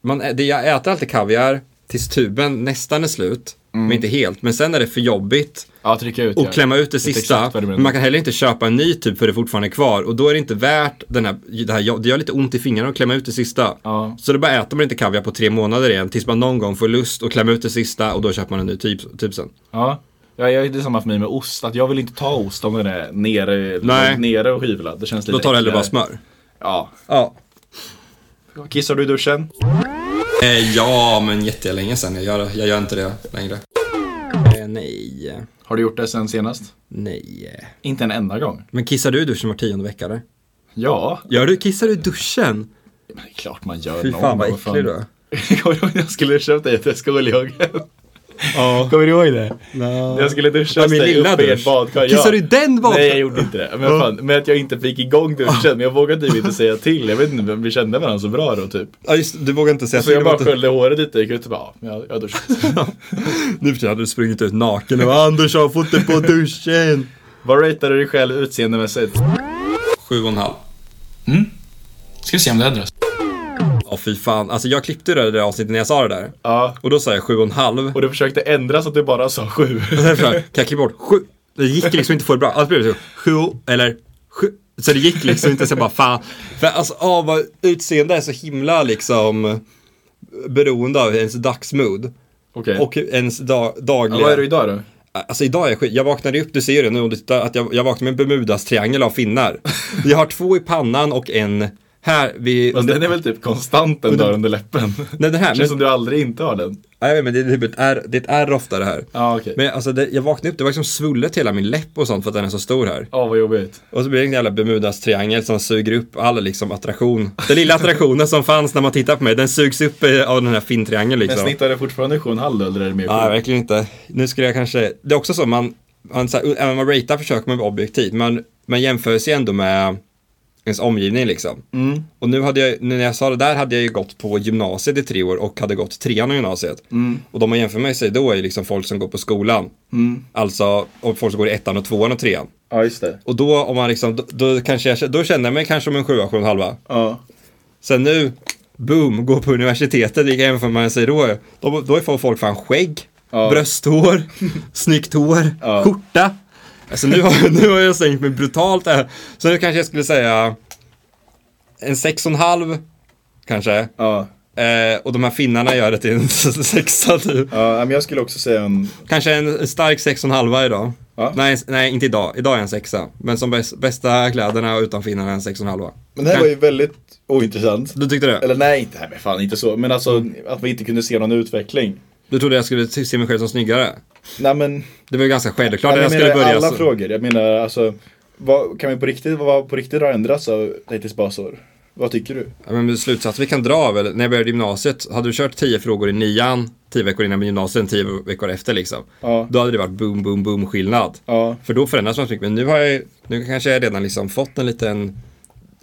Speaker 1: Man, ä- det, jag äter alltid kaviar tills tuben nästan är slut. Men inte helt. Men sen är det för jobbigt
Speaker 2: Ja, trycka ut.
Speaker 1: och
Speaker 2: ja.
Speaker 1: klämma ut det
Speaker 2: Vet
Speaker 1: sista.
Speaker 2: exakt vad du menar.
Speaker 1: Men man kan heller inte köpa en ny tub för det fortfarande är kvar. Och då är det inte värt den här, det här jobb- Det gör lite ont i fingrarna att klämma ut det sista.
Speaker 2: Ja.
Speaker 1: Så då bara äter man inte kaviar på tre månader igen. Tills man någon gång får lust att klämma ut det sista och då köper man en ny typ, tub, tub sen.
Speaker 2: Ja. Ja, jag, det är samma för mig med ost. Att jag vill inte ta ost om den är nere,
Speaker 1: Nej.
Speaker 2: långt nere och hyvlad. Det känns lite
Speaker 1: Då tar du hellre bara
Speaker 2: äckligare.
Speaker 1: smör.
Speaker 2: Ja.
Speaker 1: Ja.
Speaker 2: Kissar du i duschen?
Speaker 1: Eh, ja, men jättelänge sen. Jag gör, jag gör inte det längre. Eh, nej.
Speaker 2: Har du gjort det sen senast?
Speaker 1: Nej.
Speaker 2: Inte en enda gång.
Speaker 1: Men kissar du i duschen var tionde vecka eller?
Speaker 2: Ja.
Speaker 1: Gör du? Kissar du i duschen?
Speaker 2: Men det är klart man gör
Speaker 1: Fy
Speaker 2: någon
Speaker 1: fan vad
Speaker 2: gång,
Speaker 1: äcklig du är.
Speaker 2: Kommer du ihåg när jag skulle köpa dig till skoljoggen?
Speaker 1: Ja.
Speaker 6: Kommer du ihåg det?
Speaker 2: Jag skulle duscha
Speaker 1: Ja, min
Speaker 2: dig
Speaker 1: lilla
Speaker 2: upp i en
Speaker 1: dusch.
Speaker 2: badkar.
Speaker 1: Kissade du i den badkar?
Speaker 2: Nej, jag gjorde inte det. Men fan, med att jag inte fick igång duschen. Men jag vågade typ inte säga till. Jag vet inte, men vi kände varandra så bra då typ.
Speaker 1: Ja, just Du vågar inte säga
Speaker 2: Så Alltså, jag bara sköljde håret lite och gick ut och bara, ja, jag, jag duschade.
Speaker 1: Nu för tiden hade du sprungit ut naken och bara, Anders har fått det på duschen.
Speaker 2: Vad ratear du dig själv utseendemässigt?
Speaker 1: Sju och en halv.
Speaker 6: Ska vi se om det ändras.
Speaker 1: Mm. Ja, fy fan. Alltså jag klippte ju det där avsnittet när jag sa det där.
Speaker 2: Ja.
Speaker 1: Och då sa jag sju och en halv.
Speaker 2: Och du försökte ändra så att du bara sa sju.
Speaker 1: Sen sa jag, kan jag klippa bort sju? Det gick liksom inte att få det bra. Alltså blev det så, sju eller sju. Så det gick liksom inte, så jag bara fan. För alltså, åh, vad utseende är så himla liksom beroende av ens dagsmood.
Speaker 2: Okej.
Speaker 1: Och ens dag,
Speaker 2: Ja,
Speaker 1: dagliga...
Speaker 2: vad är du idag då?
Speaker 1: Alltså idag är jag skit. Jag vaknade upp, du ser ju det nu om du tittar, att jag, jag vaknade med en Bermudas-triangel av finnar. Jag har två i pannan och en här vid...
Speaker 2: Fast den är väl typ konstant den där under läppen?
Speaker 1: Nej, den här.
Speaker 2: Känns
Speaker 1: Men,
Speaker 2: som du aldrig inte har den.
Speaker 1: Ja, jag vet, men det är typ ett R, det är ett R ofta det här.
Speaker 2: Ja, okej.
Speaker 1: Men alltså det, jag vaknade upp, det var liksom svullet hela min läpp och sånt för att den är så stor här.
Speaker 2: Ja, vad jobbigt.
Speaker 1: Och så blir det en jävla Bermudas-triangel som suger upp all liksom attraktion. Den lilla attraktionen som fanns när man tittar på mig, den sugs upp eh, av den här fintriangeln
Speaker 2: Men
Speaker 1: liksom.
Speaker 2: snittar du fortfarande 7,5 då, eller är det mer?
Speaker 1: Nej,
Speaker 2: sju?
Speaker 1: verkligen inte. Nu skulle jag kanske, det är också så man, man så här, även om man ratear försöker man vara objektiv, men man jämför sig ändå med ens omgivning liksom. Och nu hade jag, nu när jag sa det där hade jag ju gått på gymnasiet i tre år och hade gått trean i gymnasiet. Och de man jämför med sig då är ju liksom folk som går på skolan. Alltså, och folk som går i ettan och tvåan och trean.
Speaker 2: Ja, just det.
Speaker 1: Och då om man liksom, då, då kanske jag, då kände jag mig kanske om en sjua, sju och en halva.
Speaker 2: Ja.
Speaker 1: Sen nu, boom, gå på universitetet, vilka jämför man sig då? Då, då får folk fan skägg, brösthår, snyggt hår, skjorta. Alltså nu har, nu har jag sänkt mig brutalt här. Så nu kanske jag skulle säga en sex och en halv, kanske.
Speaker 2: Ja.
Speaker 1: Eh, och de här finnarna gör det till en sexa typ.
Speaker 2: Ja, men jag skulle också säga en...
Speaker 1: Kanske en stark sex och en halva idag.
Speaker 2: Ja.
Speaker 1: Nej, nej, inte idag. Idag är jag en sexa. Men som bäst, bästa kläderna och utan finnarna är en sex och en halva.
Speaker 2: Men det här var ju väldigt ointressant.
Speaker 1: Du tyckte det?
Speaker 2: Eller nej, inte, nej men fan inte så. Men alltså att vi inte kunde se någon utveckling.
Speaker 1: Du trodde jag skulle se mig själv som snyggare?
Speaker 2: Nej men,
Speaker 1: Det var ju ganska självklart
Speaker 2: nej,
Speaker 1: när
Speaker 2: men jag
Speaker 1: jag skulle
Speaker 2: menar
Speaker 1: börja.
Speaker 2: alla
Speaker 1: så-
Speaker 2: frågor. Jag menar alltså, vad, kan vi på riktigt, vad på riktigt har ändrats av Laitis basår? Vad tycker du?
Speaker 1: Ja, men slutsatsen vi kan dra av, eller, när jag började gymnasiet, hade du kört tio frågor i nian, tio veckor innan gymnasiet, tio veckor efter liksom.
Speaker 2: Ja.
Speaker 1: Då hade det varit boom, boom, boom skillnad.
Speaker 2: Ja.
Speaker 1: För då förändras man så mycket. Men nu har jag ju- nu kanske jag redan liksom fått en liten,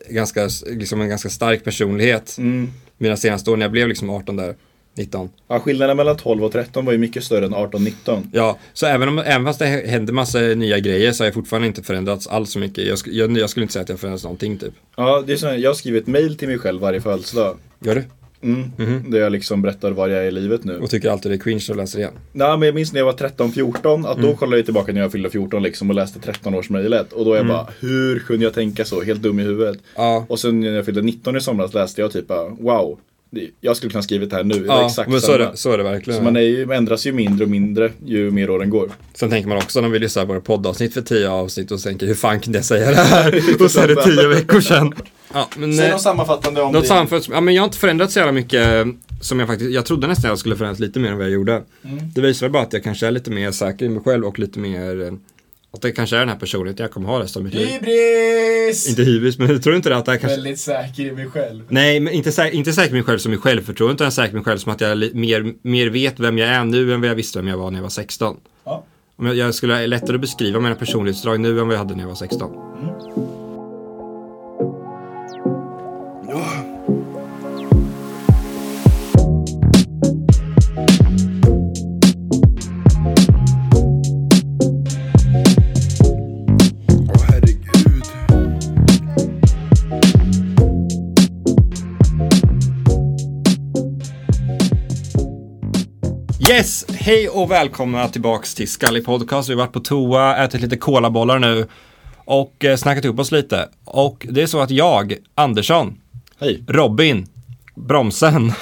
Speaker 1: ganska, liksom en ganska stark personlighet.
Speaker 2: Mm.
Speaker 1: Mina senaste år, när jag blev liksom 18 där, 19.
Speaker 2: Ja, skillnaden mellan 12 och 13 var ju mycket större än 18-19.
Speaker 1: Ja, så även, om, även fast det händer massa nya grejer så har jag fortfarande inte förändrats alls så mycket. Jag, sk- jag, jag skulle inte säga att jag förändrats någonting typ.
Speaker 2: Ja, det är så här, jag skriver ett mail till mig själv varje födelsedag.
Speaker 1: Gör du?
Speaker 2: Mm.
Speaker 1: Mhm.
Speaker 2: Där jag liksom berättar var jag är i livet nu.
Speaker 1: Och tycker alltid det är cringe att läsa igen.
Speaker 2: Nej men jag minns när jag var 13-14, att
Speaker 1: Mm.
Speaker 2: då kollade jag tillbaka när jag fyllde 14 liksom och läste 13-årsmejlet. Och då
Speaker 1: Mm.
Speaker 2: är jag bara, hur kunde jag tänka så? Helt dum i huvudet.
Speaker 1: Ja.
Speaker 2: Och sen när jag fyllde 19 i somras läste jag typ, bara, wow, det- jag skulle kunna skrivit det här nu. Det var
Speaker 1: Ja,
Speaker 2: exakt
Speaker 1: men så
Speaker 2: samma.
Speaker 1: är, det, så är det verkligen.
Speaker 2: Så man är ju, ändras ju mindre och mindre ju mer åren går.
Speaker 1: Sen tänker man också när vi lyssnar på våra poddavsnitt för tio avsnitt och tänker hur fan kunde jag säga det här? Och så är det tio veckor sedan. Ja, men, eh,
Speaker 2: sammanfattande om
Speaker 1: något samfällt, ja, men jag har inte förändrats så jävla mycket eh, som jag faktiskt, jag trodde nästan jag skulle förändras lite mer än vad jag gjorde. Det visar väl bara att jag kanske är lite mer säker i mig själv och lite mer, eh, att det kanske är den här personligheten jag kommer ha resten av mitt liv.
Speaker 7: Hybris!
Speaker 1: Inte hybris, men tror du inte det att det här kanske
Speaker 7: Väldigt säker i mig själv.
Speaker 1: Nej, men inte, sä- inte säker mig själv som i självförtroende utan säker mig själv som att jag li- mer, mer vet vem jag är nu än vad jag visste vem jag var när jag var 16.
Speaker 7: Ja.
Speaker 1: Om jag, jag skulle ha lättare att beskriva mina personlighetsdrag nu än vad jag hade när jag var 16. Yes! Hej och välkomna tillbaks till Skallig Podcast. Vi har varit på toa, ätit lite kolabollar nu och eh, snackat ihop oss lite. Och det är så att jag, Andersson,
Speaker 2: Hej.
Speaker 1: Robin, bromsen,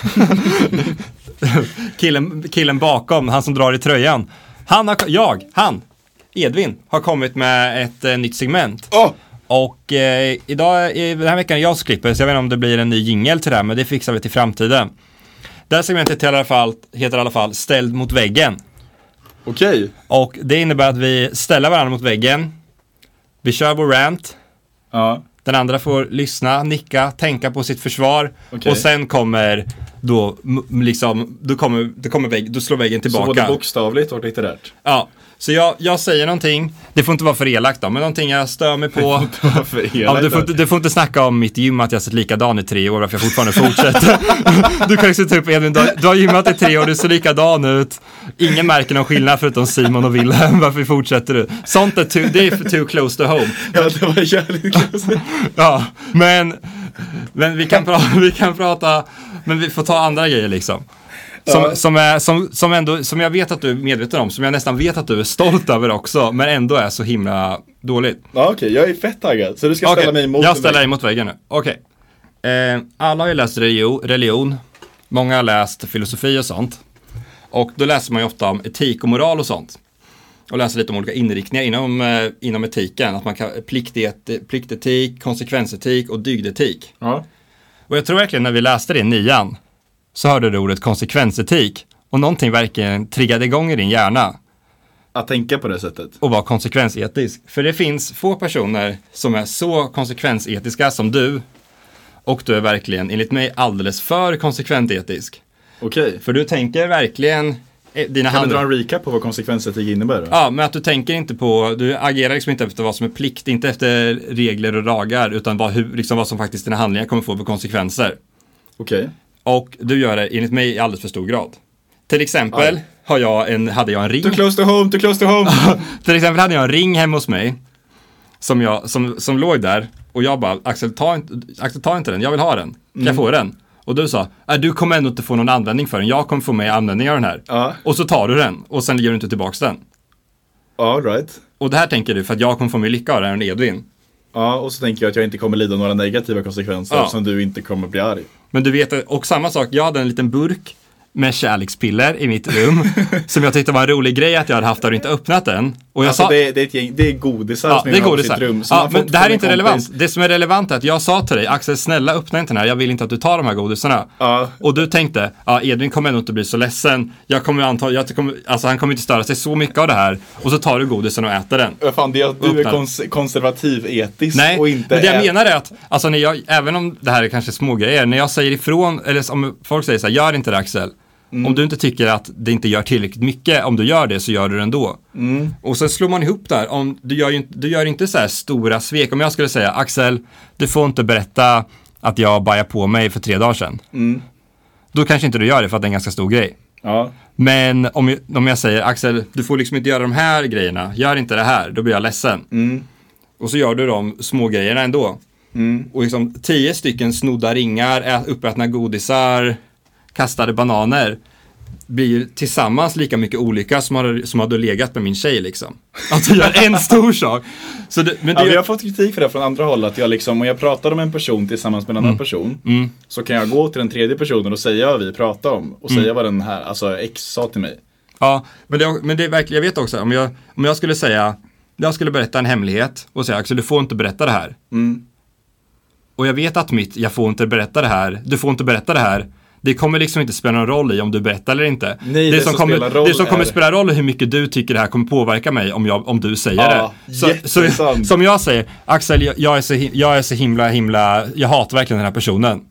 Speaker 1: killen, killen bakom, han som drar i tröjan. Han har, jag, han, Edvin, har kommit med ett eh, nytt segment.
Speaker 2: Åh!
Speaker 1: Och eh, idag, i, den här veckan är jag som klipper, så jag vet inte om det blir en ny jingel till det här, men det fixar vi till framtiden. Det här segmentet till i alla fall, heter i alla fall Ställd mot väggen.
Speaker 2: Okej,
Speaker 1: Och det innebär att vi ställer varandra mot väggen. Vi kör vår rant.
Speaker 2: ja.
Speaker 1: Den andra får lyssna, nicka, tänka på sitt försvar.
Speaker 2: Okej.
Speaker 1: Och sen kommer då m- liksom, då kommer, då kommer vägg, då slår väggen
Speaker 2: Så
Speaker 1: tillbaka.
Speaker 2: både bokstavligt och litterärt.
Speaker 1: ja. Så jag, jag säger någonting, det får inte vara för elakt då, men någonting jag stör mig på.
Speaker 2: Varför
Speaker 1: Ja,
Speaker 2: elakt
Speaker 1: du, får,
Speaker 2: då?
Speaker 1: inte- du får inte snacka om mitt gym, att jag har sett likadan i tre år, varför jag fortfarande fortsätter. Du kan också ta upp Edvin, du har, du har gymmat i tre år, du ser likadan ut. Ingen märker någon skillnad förutom Simon och Wilhelm, varför fortsätter du? Sånt är too, det är too close to home.
Speaker 2: Ja, det var jävligt konstigt.
Speaker 1: Ja, men, men vi, kan pra, vi kan prata, men vi får ta andra grejer liksom. Som, som, är, som, som, ändå, som jag vet att du är medveten om, som jag nästan vet att du är stolt över också, men ändå är så himla dåligt.
Speaker 2: Ja, okej, jag är fett taggad. Så du ska ställa
Speaker 1: Okej,
Speaker 2: mig emot
Speaker 1: Jag
Speaker 2: en
Speaker 1: ställer
Speaker 2: vägg.
Speaker 1: dig mot väggen nu. Okej. Eh, alla har ju läst religion, religion. Många har läst filosofi och sånt. Och då läser man ju ofta om etik och moral och sånt. Och läser lite om olika inriktningar inom, eh, inom etiken. Att man kan pliktet, pliktetik, konsekvensetik och dygdetik.
Speaker 2: Ja.
Speaker 1: Och jag tror verkligen när vi läste det i nian så hörde du ordet konsekvensetik. Och någonting verkligen triggade igång i din hjärna
Speaker 2: Att tänka på det sättet.
Speaker 1: och vara konsekvensetisk. För det finns få personer som är så konsekvensetiska som du. Och du är verkligen, enligt mig, alldeles för konsekventetisk.
Speaker 2: Okej.
Speaker 1: För du tänker verkligen eh, dina
Speaker 2: Kan du dra
Speaker 1: handlingar.
Speaker 2: en recap på vad konsekvensetik innebär? Då?
Speaker 1: Ja, men att du tänker inte på, du agerar liksom inte efter vad som är plikt, inte efter regler och lagar, utan vad, hur, liksom vad som faktiskt dina handlingar kommer få för konsekvenser.
Speaker 2: Okej.
Speaker 1: Och du gör det, enligt mig, i alldeles för stor grad. Till exempel har jag en, hade jag en ring.
Speaker 2: Too close to home, too close to home!
Speaker 1: Till exempel hade jag en ring hemma hos mig som, jag, som, som låg där och jag bara, Axel ta, inte- Axel ta inte den, jag vill ha den. Kan
Speaker 2: Mm.
Speaker 1: jag få den? Och du sa, "Nej, du kommer ändå inte få någon användning för den, jag kommer få mer användning av den här.
Speaker 2: Ja.
Speaker 1: Och så tar du den och sen ger du inte tillbaks den.
Speaker 2: All right.
Speaker 1: Och det här tänker du för att jag kommer få mer lycka av den än Edvin.
Speaker 2: Ja, och så tänker jag att jag inte kommer lida några negativa konsekvenser
Speaker 1: Ja.
Speaker 2: eftersom du inte kommer bli arg.
Speaker 1: Men du vet, och samma sak, jag hade en liten burk med kärlekspiller i mitt rum som jag tyckte var en rolig grej att jag hade haft där och inte öppnat den. Och jag
Speaker 2: Alltså
Speaker 1: sa,
Speaker 2: det, är, det är ett gäng, det är godisar
Speaker 1: Ja,
Speaker 2: som
Speaker 1: det
Speaker 2: är
Speaker 1: går
Speaker 2: på
Speaker 1: det
Speaker 2: sitt rum.
Speaker 1: så.
Speaker 2: som man
Speaker 1: Ja,
Speaker 2: har
Speaker 1: men
Speaker 2: fått
Speaker 1: det här
Speaker 2: från
Speaker 1: är
Speaker 2: en
Speaker 1: inte
Speaker 2: kompis.
Speaker 1: relevant. Det som är relevant är att jag sa till dig, Axel snälla öppna inte den här, jag vill inte att du tar de här godisarna.
Speaker 2: Ja.
Speaker 1: Och du tänkte, ja Edvin kommer ändå inte bli så ledsen, jag kommer anta, jag kommer, alltså han kommer inte störa sig så mycket av det här. Och så tar du godisen och äter den.
Speaker 2: Vad fan, det är att du är
Speaker 1: Öppnar.
Speaker 2: kons konservativ etisk
Speaker 1: Nej,
Speaker 2: och inte
Speaker 1: men det jag
Speaker 2: är...
Speaker 1: menar är att, alltså när jag, även om det här är kanske smågrejer, när jag säger ifrån, eller om folk säger så här, gör inte det Axel.
Speaker 2: Mm.
Speaker 1: Om du inte tycker att det inte gör tillräckligt mycket, om du gör det så gör du det ändå.
Speaker 2: Mm.
Speaker 1: Och sen slår man ihop där, om, du, gör ju, inte- du gör inte så här stora svek. Om jag skulle säga, Axel, du får inte berätta att jag bajade på mig för tre dagar sedan.
Speaker 2: Mm.
Speaker 1: Då kanske inte du gör det för att det är en ganska stor grej.
Speaker 2: Ja.
Speaker 1: Men om jag, om jag säger Axel, du får liksom inte göra de här grejerna, gör inte det här, då blir jag ledsen.
Speaker 2: Mm.
Speaker 1: Och så gör du de små grejerna ändå. Och liksom tio stycken snodda ringar, ä- uppätna godisar, kastade bananer blir ju tillsammans lika mycket olycka som hade, som hade legat med min tjej liksom. Att du gör en stor sak. Så det, men det
Speaker 2: Ja, men
Speaker 1: gör-
Speaker 2: jag har fått kritik för det från andra håll, att jag liksom, om jag pratar om en person tillsammans med en annan
Speaker 1: Mm.
Speaker 2: person, så kan jag gå till den tredje personen och säga vad vi pratar om, och
Speaker 1: Mm.
Speaker 2: säga vad den här, alltså X sa till mig.
Speaker 1: Ja, men det, men det är verkligen, jag vet också, om jag, om jag skulle säga, jag skulle berätta en hemlighet och säga Axel du får inte berätta det här.
Speaker 2: Mm.
Speaker 1: Och jag vet att mitt, jag får inte berätta det här, du får inte berätta det här, det kommer liksom inte spela någon roll i om du berättar eller inte.
Speaker 2: Nej, det
Speaker 1: som
Speaker 2: som
Speaker 1: kommer,
Speaker 2: spelar roll
Speaker 1: det som kommer
Speaker 2: är-
Speaker 1: spela roll är hur mycket du tycker det här kommer påverka mig om, jag, om du säger
Speaker 2: Ja,
Speaker 1: det. Så, så,
Speaker 2: jättesant.
Speaker 1: som jag säger, Axel jag, jag, är så, hi- jag är så himla himla, jag hatar verkligen den här personen.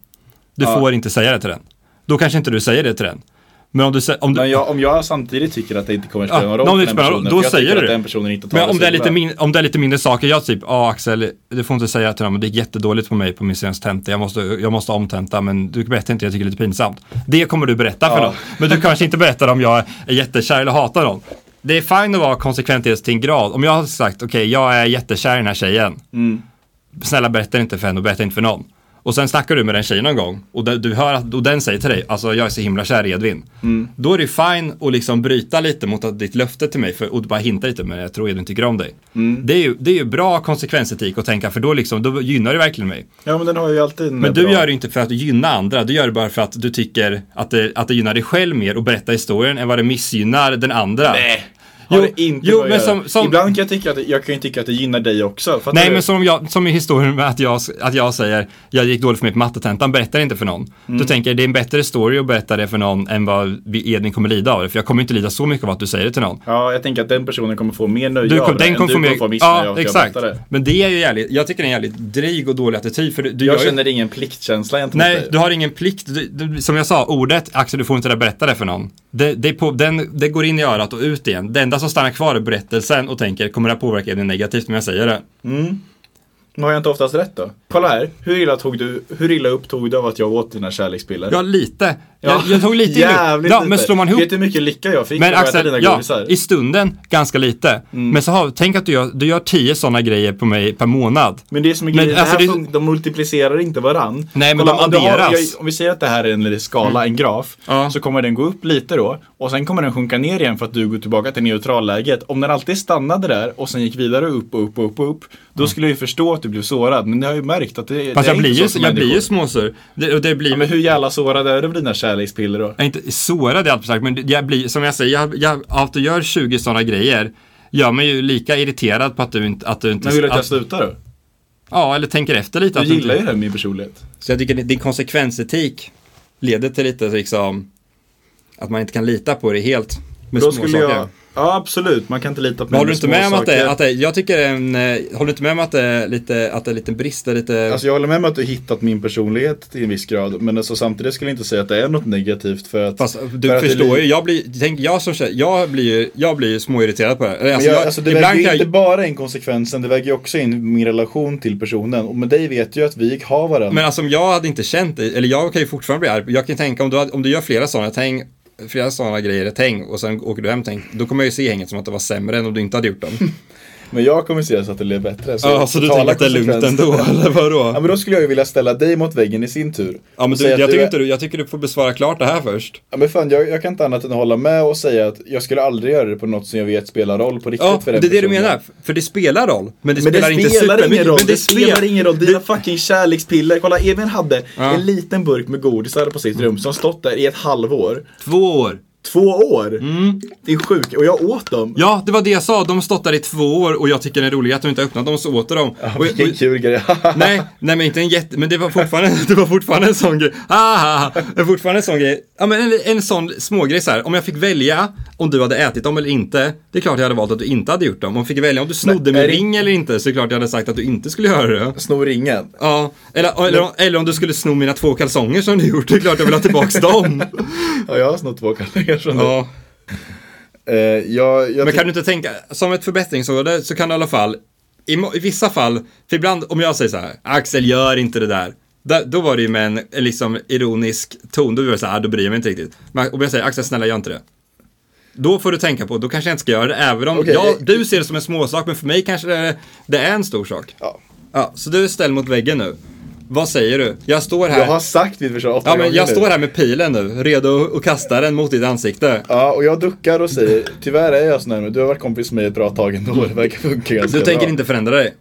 Speaker 1: Du får inte säga det till den. Då kanske inte du säger det till den. Men om du, sä- om du,
Speaker 2: Men jag, om jag samtidigt tycker att det inte kommer spela
Speaker 1: Ja,
Speaker 2: någon roll
Speaker 1: någon
Speaker 2: för
Speaker 1: inte
Speaker 2: den
Speaker 1: spelar roll,
Speaker 2: personen,
Speaker 1: då
Speaker 2: för jag
Speaker 1: säger
Speaker 2: tycker
Speaker 1: du
Speaker 2: att
Speaker 1: det.
Speaker 2: den personen inte tar
Speaker 1: Men
Speaker 2: det
Speaker 1: om
Speaker 2: så
Speaker 1: det, är lite
Speaker 2: illa.
Speaker 1: min, om det är lite mindre saker, jag typ, ja Axel, du får inte säga till någon, men det gick jättedåligt på mig på min senaste tenta, jag måste, jag måste omtenta, men du berättar inte, jag tycker det är lite pinsamt. Det kommer du berätta för
Speaker 2: Ja.
Speaker 1: någon, men du kanske inte berättar om jag är jättekär eller hatar någon. Det är fine att vara konsekvent till en grad. Om jag har sagt, okej, jag är jättekär i den här tjejen, snälla berätta inte för henne och berätta inte för någon. Och sen snackar du med den tjejen någon gång och de- du hör att och den säger till dig, alltså jag är så himla kär i Edvin.
Speaker 2: Mm.
Speaker 1: Då är det ju fine att liksom bryta lite mot att ditt löfte till mig för, och bara hinta lite, men jag tror Edvin tycker om dig.
Speaker 2: Mm.
Speaker 1: Det, är ju, det är ju bra konsekvensetik att tänka för då, liksom, då gynnar det verkligen mig.
Speaker 2: Ja men den har ju alltid
Speaker 1: Men du gör det inte för att gynna andra, du gör det bara för att du tycker att det, att det gynnar dig själv mer och berätta historien än vad det missgynnar den andra.
Speaker 2: Har
Speaker 1: Jo,
Speaker 2: det inte
Speaker 1: jo,
Speaker 2: med att
Speaker 1: men
Speaker 2: göra.
Speaker 1: som- som-
Speaker 2: Ibland kan jag, tycka att, det- jag kan ju tycka att det gynnar dig också. Fattar
Speaker 1: Nej,
Speaker 2: du?
Speaker 1: men som, jag, som i historien med att jag, att jag säger jag gick dåligt för mig på mattetentan, berättar inte för någon. Då
Speaker 2: Mm.
Speaker 1: tänker jag det är en bättre story att berätta det för någon än vad vi- Edvin kommer lida av det. För jag kommer inte lida så mycket av att du säger det till någon.
Speaker 2: Ja, jag tänker att den personen kommer få mer nöje
Speaker 1: Du,
Speaker 2: av
Speaker 1: kom,
Speaker 2: det
Speaker 1: den
Speaker 2: än
Speaker 1: kommer
Speaker 2: du
Speaker 1: få mer...
Speaker 2: kommer få missnöje av
Speaker 1: ja,
Speaker 2: att jag
Speaker 1: exakt.
Speaker 2: berättar det.
Speaker 1: Men det är ju jävligt, jag tycker det är en jävligt dryg och dålig attityd. För du, du
Speaker 2: Jag
Speaker 1: gör ju-
Speaker 2: känner ingen pliktkänsla gentemot
Speaker 1: Nej,
Speaker 2: dig.
Speaker 1: du har ingen plikt. Du, du, som jag sa, ordet Axel, du får inte berätta det för någon. Det, det, är på, den, det går in i örat och ut igen. Det enda som stannar kvar är berättelsen och tänker, kommer det här påverka Edvin negativt om jag säger det?
Speaker 2: Men har jag inte oftast rätt då? Kolla här, hur illa, tog du, hur illa upp tog du av att jag åt dina kärlekspiller?
Speaker 1: Ja, lite. Jag, jag tog lite
Speaker 2: Jävligt
Speaker 1: Ja,
Speaker 2: lite.
Speaker 1: men slår man ihop
Speaker 2: Vet du hur mycket lycka jag fick
Speaker 1: Men
Speaker 2: av att äta dina Mm.
Speaker 1: Axel, ja,
Speaker 2: godisar?
Speaker 1: i stunden ganska lite. Men så har, tänk att du gör, du gör tio sådana grejer på mig per månad.
Speaker 2: Men det som är
Speaker 1: Men
Speaker 2: grejen, det
Speaker 1: alltså
Speaker 2: här
Speaker 1: det-
Speaker 2: fun- de multiplicerar inte varann.
Speaker 1: Nej, men de
Speaker 2: om du har-
Speaker 1: adderas. Mm.
Speaker 2: jag- om vi säger att det här är en liten skala, en graf,
Speaker 1: Ja.
Speaker 2: så kommer den gå upp lite då. Och sen kommer den sjunka ner igen för att du går tillbaka till neutralläget. Om den alltid stannade där och sen gick vidare upp och upp och upp, och upp då skulle jag ju förstå att du blev sårad. Men jag har ju märkt att det, det
Speaker 1: Mm. Fast
Speaker 2: är
Speaker 1: jag blir,
Speaker 2: inte
Speaker 1: ju,
Speaker 2: så för
Speaker 1: jag blir ju
Speaker 2: människor.
Speaker 1: småsur. Det, och det blir,
Speaker 2: Men hur jävla sårad är du av dina kärlekspiller då?
Speaker 1: jag är inte sårad i allt för sagt, men jag blir, som jag säger, jag, jag, att du gör 20 sådana grejer gör mig ju lika irriterad på att du inte... Att du inte
Speaker 2: Men vill du att jag slutar då?
Speaker 1: Ja, eller tänker efter lite. att
Speaker 2: Du gillar
Speaker 1: inte,
Speaker 2: ju det här med min personlighet.
Speaker 8: Så jag tycker din konsekvensetik leder till lite liksom att man inte kan lita på det helt. Med
Speaker 2: Då skulle jag... Ja, absolut. Man kan inte lita
Speaker 8: Men
Speaker 2: på mig
Speaker 8: håller du inte med om att det,
Speaker 2: småsaker.
Speaker 8: att det, jag tycker det är en, eh, håller du inte med om att det är lite, att det är lite brist, det är lite,
Speaker 2: Alltså jag håller med om att du hittat min personlighet till en viss grad. Men alltså samtidigt skulle jag inte säga att det är något negativt för att...
Speaker 8: fast du
Speaker 2: för att det
Speaker 8: förstår
Speaker 2: li-
Speaker 8: ju, jag blir, tänk, jag som tjej, jag blir ju, jag blir ju småirriterad på det. Eller,
Speaker 2: Men
Speaker 8: Alltså,
Speaker 2: jag,
Speaker 8: jag,
Speaker 2: alltså det
Speaker 8: ibland
Speaker 2: väger ju
Speaker 8: kan
Speaker 2: inte
Speaker 8: jag,
Speaker 2: bara in konsekvensen, det väger ju också in min relation till personen. Och med dig vet jag ju att vi har varandra.
Speaker 8: men alltså om jag hade inte känt det, eller jag kan ju fortfarande bli arg, jag kan tänka om du, hade- om du gör flera sådana, tänk, flera sådana grejer, tänk, och sen åker du hem, tänk, då kommer jag ju se hänget som att det var sämre än om du inte hade gjort dem.
Speaker 2: Men jag kommer se så att det blir bättre. Så
Speaker 8: Ja, så du
Speaker 2: totala
Speaker 8: tänker att det är lugnt
Speaker 2: konsekvenser-
Speaker 8: ändå, eller
Speaker 2: Ja
Speaker 8: vadå?
Speaker 2: men då skulle jag ju vilja ställa dig mot väggen i sin tur.
Speaker 8: Ja, men
Speaker 2: Och
Speaker 8: du,
Speaker 2: säga att
Speaker 8: jag, tycker
Speaker 2: är-
Speaker 8: inte, du- jag tycker du får besvara klart det här först.
Speaker 2: Ja men fan, jag, jag kan inte annat än att hålla med och säga att jag skulle aldrig göra det på något som jag vet spelar roll på riktigt
Speaker 8: Ja,
Speaker 2: för
Speaker 8: det är
Speaker 2: den
Speaker 8: det du
Speaker 2: personen.
Speaker 8: menar, för det spelar roll, men det
Speaker 2: Men det
Speaker 8: spelar inte
Speaker 2: spelar ingen
Speaker 8: supermycket.
Speaker 2: roll,
Speaker 8: Men
Speaker 2: det spelar ingen roll. Dina fucking kärlekspiller. Kolla, Edvin hade en liten burk med godisar på sitt rum som stått där i ett halvår.
Speaker 1: Två år.
Speaker 2: Två år! Det är sjukt, och jag åt dem.
Speaker 1: Ja, det var det jag sa. De har stått där i två år och jag tycker det är roligt att de inte har öppnat dem så åt jag dem.
Speaker 2: Ja,
Speaker 1: Och-
Speaker 2: Vilken
Speaker 1: och-
Speaker 2: kul grej.
Speaker 1: Nej, nej men inte en jätte, men det var fortfarande, det var fortfarande en sån grej. Ah, ah, ah. Det var fortfarande en sån grej. Ja men en, en sån smågrej så här. om jag fick välja om du hade ätit dem eller inte, det är klart jag hade valt att du inte hade gjort dem. Om jag fick välja om du snodde
Speaker 2: Nej, är
Speaker 1: min
Speaker 2: det-
Speaker 1: ring eller inte, så är det klart jag hade sagt att du inte skulle göra det.
Speaker 2: Snor ringen.
Speaker 1: Ja, eller, eller, eller om du skulle sno mina två kalsonger som du gjort, det är klart jag vill ha tillbaka dem.
Speaker 2: Ja, jag har snott två kallingar från dig.
Speaker 1: Ja.
Speaker 2: Eh, jag, jag
Speaker 1: Men kan du inte tänka, som ett förbättringsområde så kan du i alla fall, i, må- i vissa fall, för ibland om jag säger så här, Axel gör inte det där. Där- Då var det ju med en en liksom ironisk ton, då var det så här, "Ah, då bryr jag mig inte riktigt. Men om jag säger Axel snälla gör inte det. Då får du tänka på, då kanske jag inte ska göra det, även om
Speaker 2: Okej,
Speaker 1: jag,
Speaker 2: eh,
Speaker 1: du ser det som en småsak, men för mig kanske det är, det är en stor sak.
Speaker 2: Ja.
Speaker 1: ja. Så du är ställd mot väggen nu. Vad säger du? Jag står här,
Speaker 2: jag har sagt mitt försvar åtta
Speaker 1: ja, men
Speaker 2: gånger
Speaker 1: jag
Speaker 2: nu.
Speaker 1: står här med pilen nu, redo att kasta den mot ditt ansikte.
Speaker 2: Ja, och jag duckar och säger, tyvärr är jag sån här nu. Du har varit kompis med mig ett bra tag ändå. Det verkar funka ganska
Speaker 1: Du tänker
Speaker 2: bra.
Speaker 1: inte förändra dig?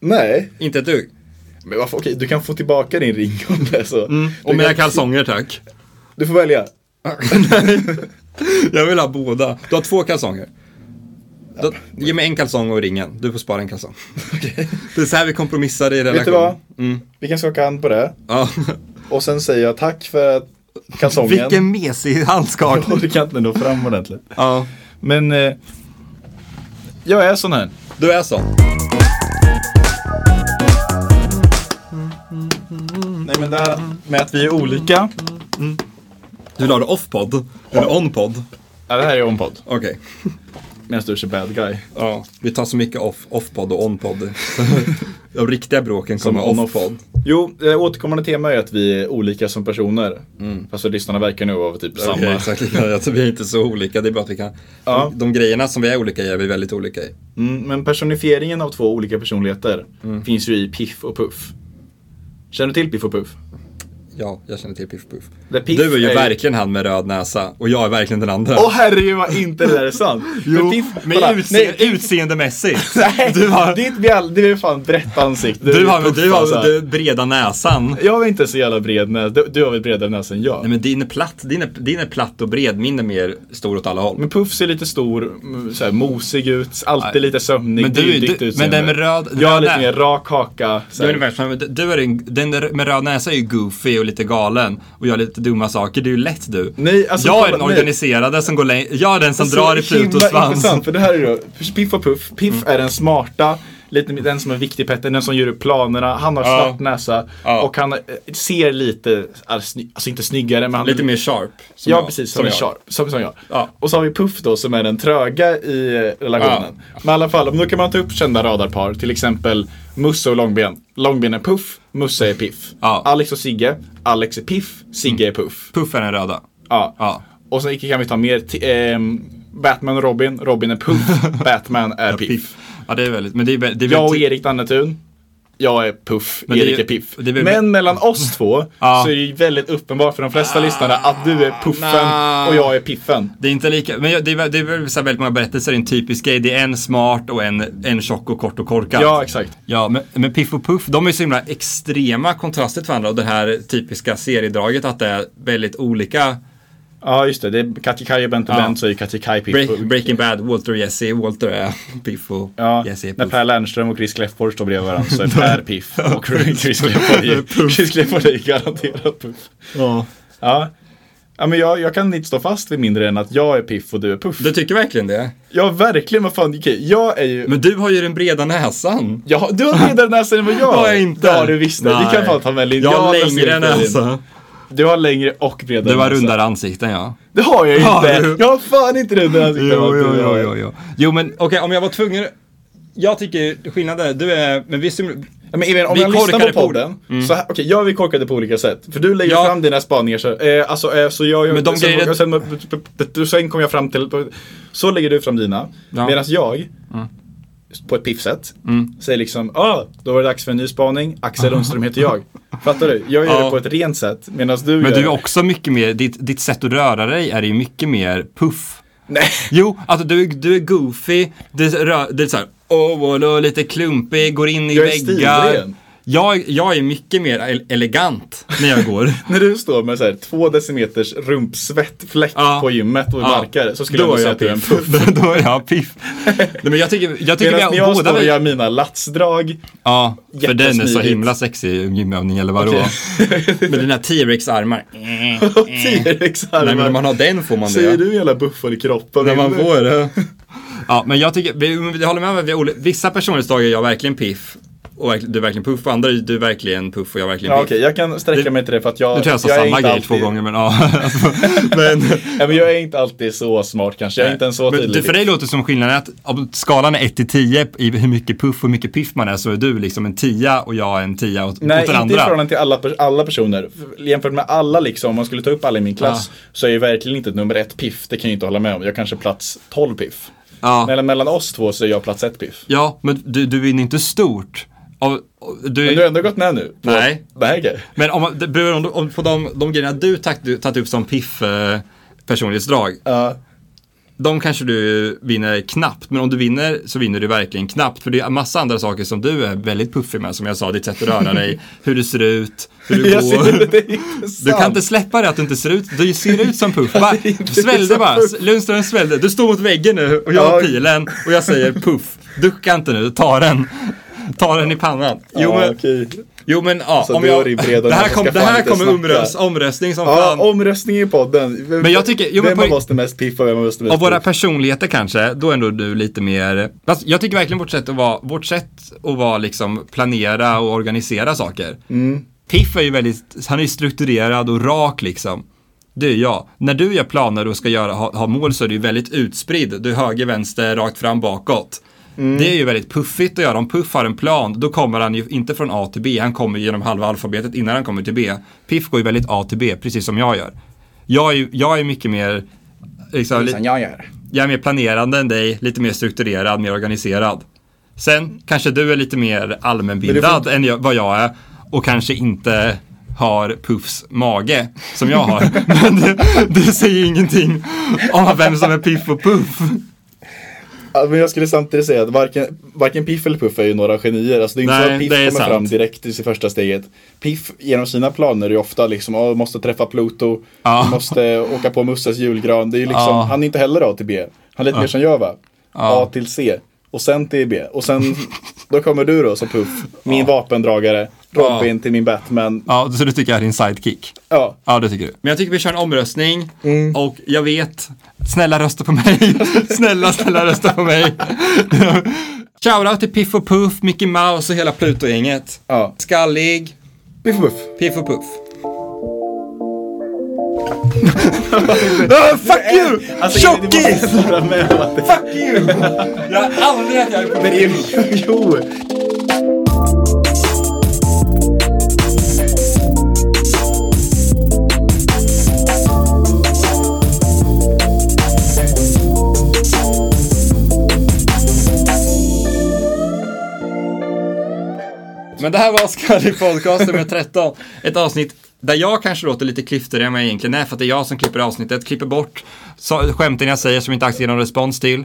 Speaker 2: Nej,
Speaker 1: Inte ett dugg?
Speaker 2: men varför? Okej, du kan få tillbaka din ring Mm. om det är så.
Speaker 1: Och
Speaker 2: Du
Speaker 1: mina
Speaker 2: kan-
Speaker 1: kalsonger tack.
Speaker 2: Du får välja.
Speaker 1: Jag vill ha båda. Du har två kalsonger. Då, ge mig en kalsong och ringen. Du får spara en kalsong. Det är så här vi kompromissar i relationen.
Speaker 2: Vet du vad? Vi kan skaka hand på det.
Speaker 1: Ja.
Speaker 2: Och sen säger jag tack för att kalsongen.
Speaker 1: Vilken mesig handskakning.
Speaker 2: Du kan inte nå fram ordentligt.
Speaker 1: Ja.
Speaker 2: Men eh, jag är sån här.
Speaker 1: Du är så.
Speaker 2: Nej men det här med att vi är olika.
Speaker 1: Du vill ha det off-podd? Eller on-podd?
Speaker 2: Ja, det här är on-podd.
Speaker 1: Okej.
Speaker 2: Medan du är så bad guy.
Speaker 1: Ja. Vi tar så mycket off- off-podd och on-podd. De riktiga bråken
Speaker 2: Som
Speaker 1: kommer
Speaker 2: on-off.
Speaker 1: off-podd.
Speaker 2: Jo, eh, återkommande tema är att vi är olika som personer. Fast för lyssnarna verkar nu vara typ samma.
Speaker 1: Okej, exakt likadant. Alltså, vi är inte så olika. Det är bara att vi kan...
Speaker 2: Ja.
Speaker 1: De grejerna som vi är olika i är vi väldigt olika i.
Speaker 2: Mm, men personifieringen av två Mm. olika personligheter finns ju i Piff och Puff. Känner du till Piff och Puff?
Speaker 8: ja, jag känner till Piff Puff.
Speaker 2: The Piff
Speaker 8: Du är ju
Speaker 2: är-
Speaker 8: verkligen han med röd näsa och jag är verkligen den andra.
Speaker 2: Åh herregud vad inte det där är sant. jo,
Speaker 1: Men utse- utseendemässigt.
Speaker 2: Nej,
Speaker 1: Du har-
Speaker 2: ditt bjäll, du är fan brett ansikte.
Speaker 1: Du har,
Speaker 2: puffad
Speaker 1: du
Speaker 2: så
Speaker 1: har
Speaker 2: här.
Speaker 1: du breda näsan.
Speaker 2: Jag är inte så jävla bred näs. Du, du har väl bredare näsa än jag?
Speaker 1: Nej men din är platt, din är, din är platt och bred, min är mer stor åt alla håll.
Speaker 2: Men Puff ser lite stor, m- så här, mosig ut, alltid
Speaker 1: Nej.
Speaker 2: lite sömnig.
Speaker 1: Men
Speaker 2: Det är
Speaker 1: du-
Speaker 2: ju ditt
Speaker 1: du- men
Speaker 2: utseende.
Speaker 1: den med röd-
Speaker 2: Jag har
Speaker 1: röd
Speaker 2: lite
Speaker 1: nä-
Speaker 2: mer rak haka. Så
Speaker 1: Du är
Speaker 2: här.
Speaker 1: ungefär som, du är en, den där med röd näsa är ju goofy och lite galen och gör lite dumma saker. Det är ju lätt du.
Speaker 2: Nej, alltså,
Speaker 1: jag är
Speaker 2: kolla-
Speaker 1: den
Speaker 2: nej.
Speaker 1: organiserade som går längre, jag är den som drar i
Speaker 2: Så himla
Speaker 1: Plutos svans. Mm.
Speaker 2: intressant, för det här är då Piff och Puff. Piff är den smarta, lite den som är viktig Petter, den som gör upp planerna. Han har
Speaker 1: Ja.
Speaker 2: svart näsa
Speaker 1: Ja.
Speaker 2: och han eh, ser lite, alltså alltså inte snyggare, men han
Speaker 1: Lite mer sharp. som
Speaker 2: Ja,
Speaker 1: jag-
Speaker 2: precis. Som, är
Speaker 1: jag.
Speaker 2: sharp. Som, som jag.
Speaker 1: Ja.
Speaker 2: Och så har vi Puff då som är den tröga i eh, relationen. Men i alla fall, men då kan man ta upp kända radarpar. Till exempel Musse och Långben. Långben är Puff, Musse är Piff.
Speaker 1: Ja.
Speaker 2: Alex och Sigge. Alex är Piff, Sigge är Puff.
Speaker 1: Puff är den röda.
Speaker 2: Ja.
Speaker 1: Ja.
Speaker 2: Och sen kan vi ta mer. ti- ehm, Batman och Robin. Robin är Puff, Batman är Piff.
Speaker 1: Ja, det är väldigt, men det är, väl- det är väl typ-
Speaker 2: Jag och
Speaker 1: ty-
Speaker 2: Erik Dannetun. Jag är Puff,
Speaker 1: Men det är
Speaker 2: Erik
Speaker 1: ju-
Speaker 2: är Piff.
Speaker 1: det är väl-
Speaker 2: Men mellan oss två
Speaker 1: Ja. Ah,
Speaker 2: så är det ju väldigt uppenbart för de flesta lyssnare att du är Puffen
Speaker 1: nja.
Speaker 2: och jag är Piffen.
Speaker 1: Det är inte lika, men jag- det är, väl- det är väl så här väldigt många berättelser, en typisk grej. Det är en smart och en, en tjock och kort och korkad.
Speaker 2: Ja, exakt.
Speaker 1: Ja, men, men Piff och Puff, de är så himla extrema kontraster till varandra och det här typiska seriedraget att det är väldigt olika.
Speaker 2: Ja, just det. Det är Kattikaj och Bente
Speaker 1: Ja.
Speaker 2: Bent så är ju Kattikaj Piff.
Speaker 1: Break, Breaking Bad, Walter och Jesse, Walter är Piff och
Speaker 2: Ja,
Speaker 1: Jesse är
Speaker 2: när
Speaker 1: Puff.
Speaker 2: Per Lernström och Chris Kläfford står bredvid varandra så är Per Piff och Chris Kläfford är- Chris Kläfford är garanterat Puff.
Speaker 1: Ja.
Speaker 2: Ja. Ja, men jag, jag kan inte stå fast vid mindre än att jag är Piff och du är Puff.
Speaker 1: Du tycker verkligen det?
Speaker 2: Ja, verkligen. Vad fan, okej. Jag är ju...
Speaker 1: Men du har ju den breda näsan.
Speaker 2: Jag har, du har bredare näsa än vad jag
Speaker 1: har jag inte.
Speaker 2: Det har du visst. det. Du
Speaker 1: Nej.
Speaker 2: kan fan ta med Linn.
Speaker 1: Jag har
Speaker 2: nästan
Speaker 1: längre
Speaker 2: inte Linn.
Speaker 1: näsa.
Speaker 2: Du har längre och bredare
Speaker 1: Du har
Speaker 2: näsa.
Speaker 1: rundare ansikten ja.
Speaker 2: Det har jag
Speaker 1: Har
Speaker 2: inte.
Speaker 1: du?
Speaker 2: jag har fan inte rundare ansikte. än vad du har.
Speaker 1: jo. Jo men okej, om jag var tvungen. Jag tycker skillnaden är, du är, men vi simul-
Speaker 2: Ja, Men Emil, om
Speaker 1: Vi
Speaker 2: jag lyssnar
Speaker 1: korkade
Speaker 2: på
Speaker 1: på Mm.
Speaker 2: podden, så här, okej, jag vi korkade på olika sätt. För du lägger
Speaker 1: Ja.
Speaker 2: fram dina spaningar så, eh, alltså, eh, så jag, jag
Speaker 1: Men de
Speaker 2: sen,
Speaker 1: grejer-
Speaker 2: och sen, du- sen kom jag fram till, så lägger du fram dina.
Speaker 1: Ja. Mm.
Speaker 2: Medan jag, på ett piffsätt, säger liksom, ah, då var det dags för en ny spaning, Axel Lundström heter jag. Fattar du? Jag gör
Speaker 1: Ja.
Speaker 2: det på ett rent sätt, medan du
Speaker 1: Men
Speaker 2: gör
Speaker 1: du är
Speaker 2: det-
Speaker 1: också mycket mer, ditt, ditt sätt att röra dig är ju mycket mer puff.
Speaker 2: Nej.
Speaker 1: Jo, alltså du, är- du är goofy, du är, rö- du är såhär, oh, lite klumpig, går in i
Speaker 2: Jag är
Speaker 1: väggar.
Speaker 2: stilren.
Speaker 1: Jag, jag är mycket mer ele- elegant när jag går.
Speaker 2: När du står med så här, två decimeters rumpsvettfläck
Speaker 1: Ja.
Speaker 2: på gymmet och verkar, så skulle
Speaker 1: Då
Speaker 2: jag nog
Speaker 1: är
Speaker 2: säga att du är en puff.
Speaker 1: Då är jag piff. Nej men jag tycker, jag tycker vi
Speaker 2: Medan när
Speaker 1: har
Speaker 2: jag
Speaker 1: båda
Speaker 2: står och
Speaker 1: vi...
Speaker 2: gör mina latsdrag,
Speaker 1: Ja, för den är så
Speaker 2: Jättesmidigt.
Speaker 1: himla sexig i en gymövning eller vadå. Men dina T-rex-armar. Nej
Speaker 2: T-rex-armar.
Speaker 1: Mm. men när man har den får man
Speaker 2: Säger
Speaker 1: det.
Speaker 2: du hela buffelkroppen?
Speaker 1: När man får det. Ja, men jag tycker, vi, vi håller med om att vi har oli- vissa personlighetsdrag är jag verkligen piff. Och verkl- du är verkligen puff och andra är du är verkligen puff och jag är verkligen
Speaker 2: Ja,
Speaker 1: piff.
Speaker 2: Okej, jag kan sträcka
Speaker 1: Det-
Speaker 2: mig till det för att jag,
Speaker 1: Nu tror jag jag sa
Speaker 2: är
Speaker 1: samma
Speaker 2: inte
Speaker 1: grej
Speaker 2: alltid,
Speaker 1: två gånger men ja. alltså, men,
Speaker 2: Nej, men jag är inte alltid så smart kanske, jag är inte en så
Speaker 1: Men
Speaker 2: tydlig.
Speaker 1: du, för dig låter det som skillnaden är att om skalan är 1 till 10 i hur mycket puff och hur mycket piff man är så är du liksom en 10 och jag är en 10 åt,
Speaker 2: Nej,
Speaker 1: åt den
Speaker 2: inte i
Speaker 1: andra.
Speaker 2: förhållande till alla, pers- alla personer. F- Jämfört med alla liksom, om man skulle ta upp alla i min klass så är jag verkligen inte ett nummer ett piff, det kan jag inte hålla med om. Jag kanske är plats 12 piff.
Speaker 1: Ja.
Speaker 2: Mellan, mellan oss två så är jag plats ett piff.
Speaker 1: Ja, men du, du vinner inte stort. Av, av- du,
Speaker 2: Men du har ändå gått med nu? på-
Speaker 1: Nej.
Speaker 2: Nej, okej.
Speaker 1: Men om, man- det beror om, om på de, de grejerna du tagit du- tagit upp som piff eh, personlighetsdrag,
Speaker 2: Ja.
Speaker 1: de kanske du vinner knappt, men om du vinner så vinner du verkligen knappt. För det är en massa andra saker som du är väldigt puffig med, som jag sa, ditt sätt att röra dig, hur du ser ut, hur du
Speaker 2: Jag ser det,
Speaker 1: går.
Speaker 2: det är inte sant.
Speaker 1: Du kan inte släppa det att du inte ser ut, du ser ut som Puff. Bara,
Speaker 2: det är inte
Speaker 1: svällde
Speaker 2: som
Speaker 1: bara,
Speaker 2: Puff.
Speaker 1: Lundström svällde. Du står mot väggen nu och jag har
Speaker 2: Ja.
Speaker 1: pilen och jag säger Puff. Ducka inte nu, ta den. Ta den i pannan. Jo,
Speaker 2: Ja,
Speaker 1: men,
Speaker 2: okej.
Speaker 1: Jo men ja,
Speaker 2: Så
Speaker 1: om
Speaker 2: du
Speaker 1: jag,
Speaker 2: och din breda
Speaker 1: det här,
Speaker 2: näsa
Speaker 1: kom,
Speaker 2: ska
Speaker 1: det
Speaker 2: fan
Speaker 1: här
Speaker 2: inte
Speaker 1: kommer
Speaker 2: snacka.
Speaker 1: omröst, omröstning som
Speaker 2: Ja,
Speaker 1: fan.
Speaker 2: omröstning i podden.
Speaker 1: Men jag tycker- jo, men
Speaker 2: vem
Speaker 1: på-
Speaker 2: av oss är mest piff och vem av oss är mest
Speaker 1: Av våra
Speaker 2: puff?
Speaker 1: personligheter kanske, då är ändå du lite mer, fast jag tycker verkligen vårt sätt att vara, vårt sätt att vara liksom planera och organisera saker. Piff är ju väldigt, han är ju strukturerad och rak liksom. Det är jag. När du gör planer och ska göra, ha, ha mål så är du ju väldigt utspridd. Du är höger, vänster, rakt fram, bakåt. Det är ju väldigt puffigt att göra. Om Puff har en plan, då kommer han ju inte från A till B. Han kommer genom halva alfabetet innan han kommer till B. Piff går ju väldigt A till B, precis som jag gör. Jag är, ju- jag är mycket mer, liksom, li-
Speaker 2: Som jag gör.
Speaker 1: jag är mer planerande än dig, lite mer strukturerad, mer organiserad. Sen kanske du är lite mer allmänbildad än jag, vad jag är och kanske inte har Puffs mage som jag har. Men det, det säger ingenting om vem som är Piff och Puff.
Speaker 2: Ja, men jag skulle samtidigt säga att varken, varken Piff eller Puff är ju några genier. Alltså det är inte så
Speaker 1: Nej,
Speaker 2: att Piff
Speaker 1: det är
Speaker 2: kommer
Speaker 1: sant.
Speaker 2: fram direkt i sitt första steget. Piff genom sina planer är ju ofta liksom, "Åh, måste träffa Pluto,
Speaker 1: Ja.
Speaker 2: måste åka på Musses julgran. Det är ju liksom,
Speaker 1: Ja.
Speaker 2: han är inte heller A till B. Han är lite mer som jag va? A till C och sen till B. Och sen, då kommer du då som Puff, min vapendragare, Robin till min Batman.
Speaker 1: Ja, så du tycker jag är din sidekick?
Speaker 2: Ja,
Speaker 1: Ja, det tycker du. Mm. Men jag tycker vi kör en omröstning och jag vet, snälla rösta på mig. snälla, snälla rösta på mig. Shoutout till Piff och Puff, Mickey Mouse och hela Pluto-gänget.
Speaker 2: ja.
Speaker 1: Skallig,
Speaker 2: Piff och Puff.
Speaker 1: Piff och Puff. Ah, fuck you!
Speaker 2: Alltså,
Speaker 1: Tjockis! Fuck you! Jag har aldrig att jag är på
Speaker 2: Jo, jo.
Speaker 1: Men det här var Skallig Podcast nummer 13. Ett avsnitt där jag kanske låter lite klyftigare än vad jag egentligen är för att det är jag som klipper avsnittet, klipper bort så- skämten jag säger som inte alls ger någon respons till.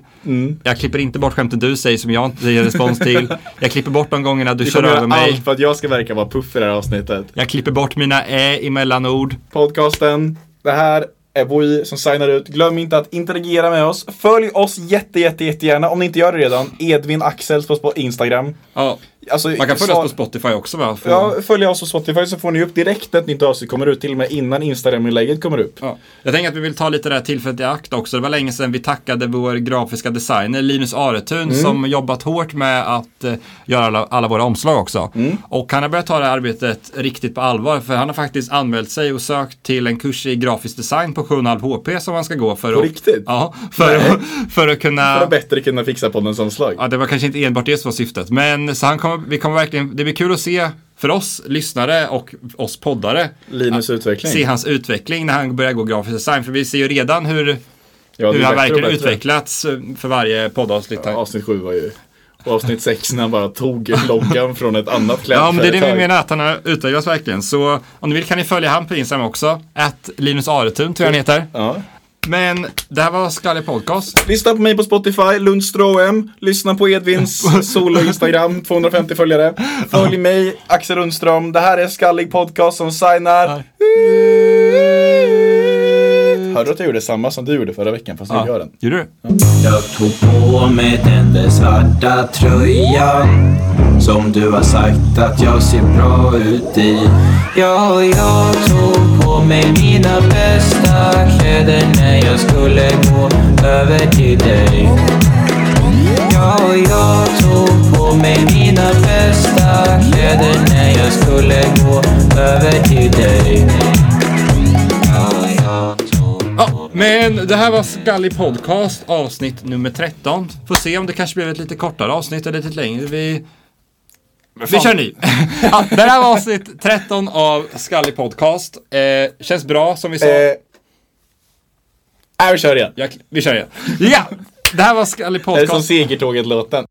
Speaker 1: Jag klipper inte bort skämten du säger som jag inte ger respons till. Jag klipper bort de gångerna du
Speaker 2: Vi
Speaker 1: kör
Speaker 2: kommer
Speaker 1: över
Speaker 2: göra
Speaker 1: mig.
Speaker 2: allt för att jag ska verka vara Puff i det här avsnittet.
Speaker 1: Jag klipper bort mina ä emellanord.
Speaker 2: podcasten. Det här är Boi som signar ut. Glöm inte att interagera med oss. Följ oss jätte, jätte, jättegärna om ni inte gör det redan. Edvin Axels på sp- Instagram.
Speaker 1: Ja,
Speaker 2: Alltså,
Speaker 1: man kan följa
Speaker 2: sa-
Speaker 1: oss på Mm. Spotify också va? För-
Speaker 2: Ja, följ oss på Spotify så får ni upp direkt när ett nytt avsnitt kommer ut. Till och med innan Instagram-inlägget kommer upp.
Speaker 1: Ja. Jag tänker att vi vill ta lite det här tillfället i akt också. Det var länge sedan vi tackade vår grafiska designer Linus Aretun
Speaker 2: Mm.
Speaker 1: som jobbat hårt med att eh, göra alla, alla våra omslag också.
Speaker 2: Mm.
Speaker 1: Och han har börjat ta det här arbetet riktigt på allvar för han har faktiskt anmält sig och sökt till en kurs i grafisk design på 7,5 HP som han ska gå för
Speaker 2: På
Speaker 1: att...
Speaker 2: riktigt?
Speaker 1: Ja, för, att, för att kunna...
Speaker 2: För att bättre kunna fixa poddens omslag.
Speaker 1: Ja, det var kanske inte enbart det som var syftet. Men så han kommer, vi kommer verkligen, det blir kul att se för oss lyssnare och oss poddare
Speaker 2: Linus utveckling.
Speaker 1: se hans utveckling när han börjar gå grafisk design. För vi ser ju redan hur,
Speaker 2: Ja, det
Speaker 1: hur
Speaker 2: är bättre
Speaker 1: han
Speaker 2: och
Speaker 1: verkligen
Speaker 2: bättre.
Speaker 1: utvecklats eh, för varje poddavsnitt.
Speaker 2: Ja,
Speaker 1: Ja,
Speaker 2: Avsnitt sju var ju... Och avsnitt sex när han bara tog loggan från ett annat klädföretag.
Speaker 1: ja men det är det vi menar, att han har utvecklats verkligen. Så om ni vill kan ni följa han på Instagram också. Att Linus Aretun tror jag han heter.
Speaker 2: Ja.
Speaker 1: Men det här var Skallig Podcast.
Speaker 2: Lyssna på mig på Spotify, Lundström M. Lyssna på Edvins solo Instagram, 250 följare. Följ mig, Axel Lundström. Det här är Skallig Podcast som signar ut. Hörde du att jag gjorde samma som du gjorde förra veckan, fast nu gör jag den.
Speaker 1: Gjorde du?
Speaker 9: Jag tog på mig den där svarta tröjan som du har sagt att jag ser bra ut i. Ja, jag tog på mig mina bästa kläder när jag skulle gå över till dig. Ja, jag tog på mig mina bästa kläder när jag skulle gå över till dig. Ja, jag tog
Speaker 1: Ja, men det här var Skallig Podcast avsnitt nummer 13. Får se om det kanske blev ett lite kortare avsnitt eller lite längre. Vi, vi kör ny. ja, det här var avsnitt 13 av Skallig Podcast. Eh, känns bra som vi sa.
Speaker 2: Eh, Nej, vi kör igen.
Speaker 1: Jag, vi kör igen. Ja! Det här var Skallig
Speaker 2: Det är som
Speaker 1: Podcast.
Speaker 2: Segertåget-låten.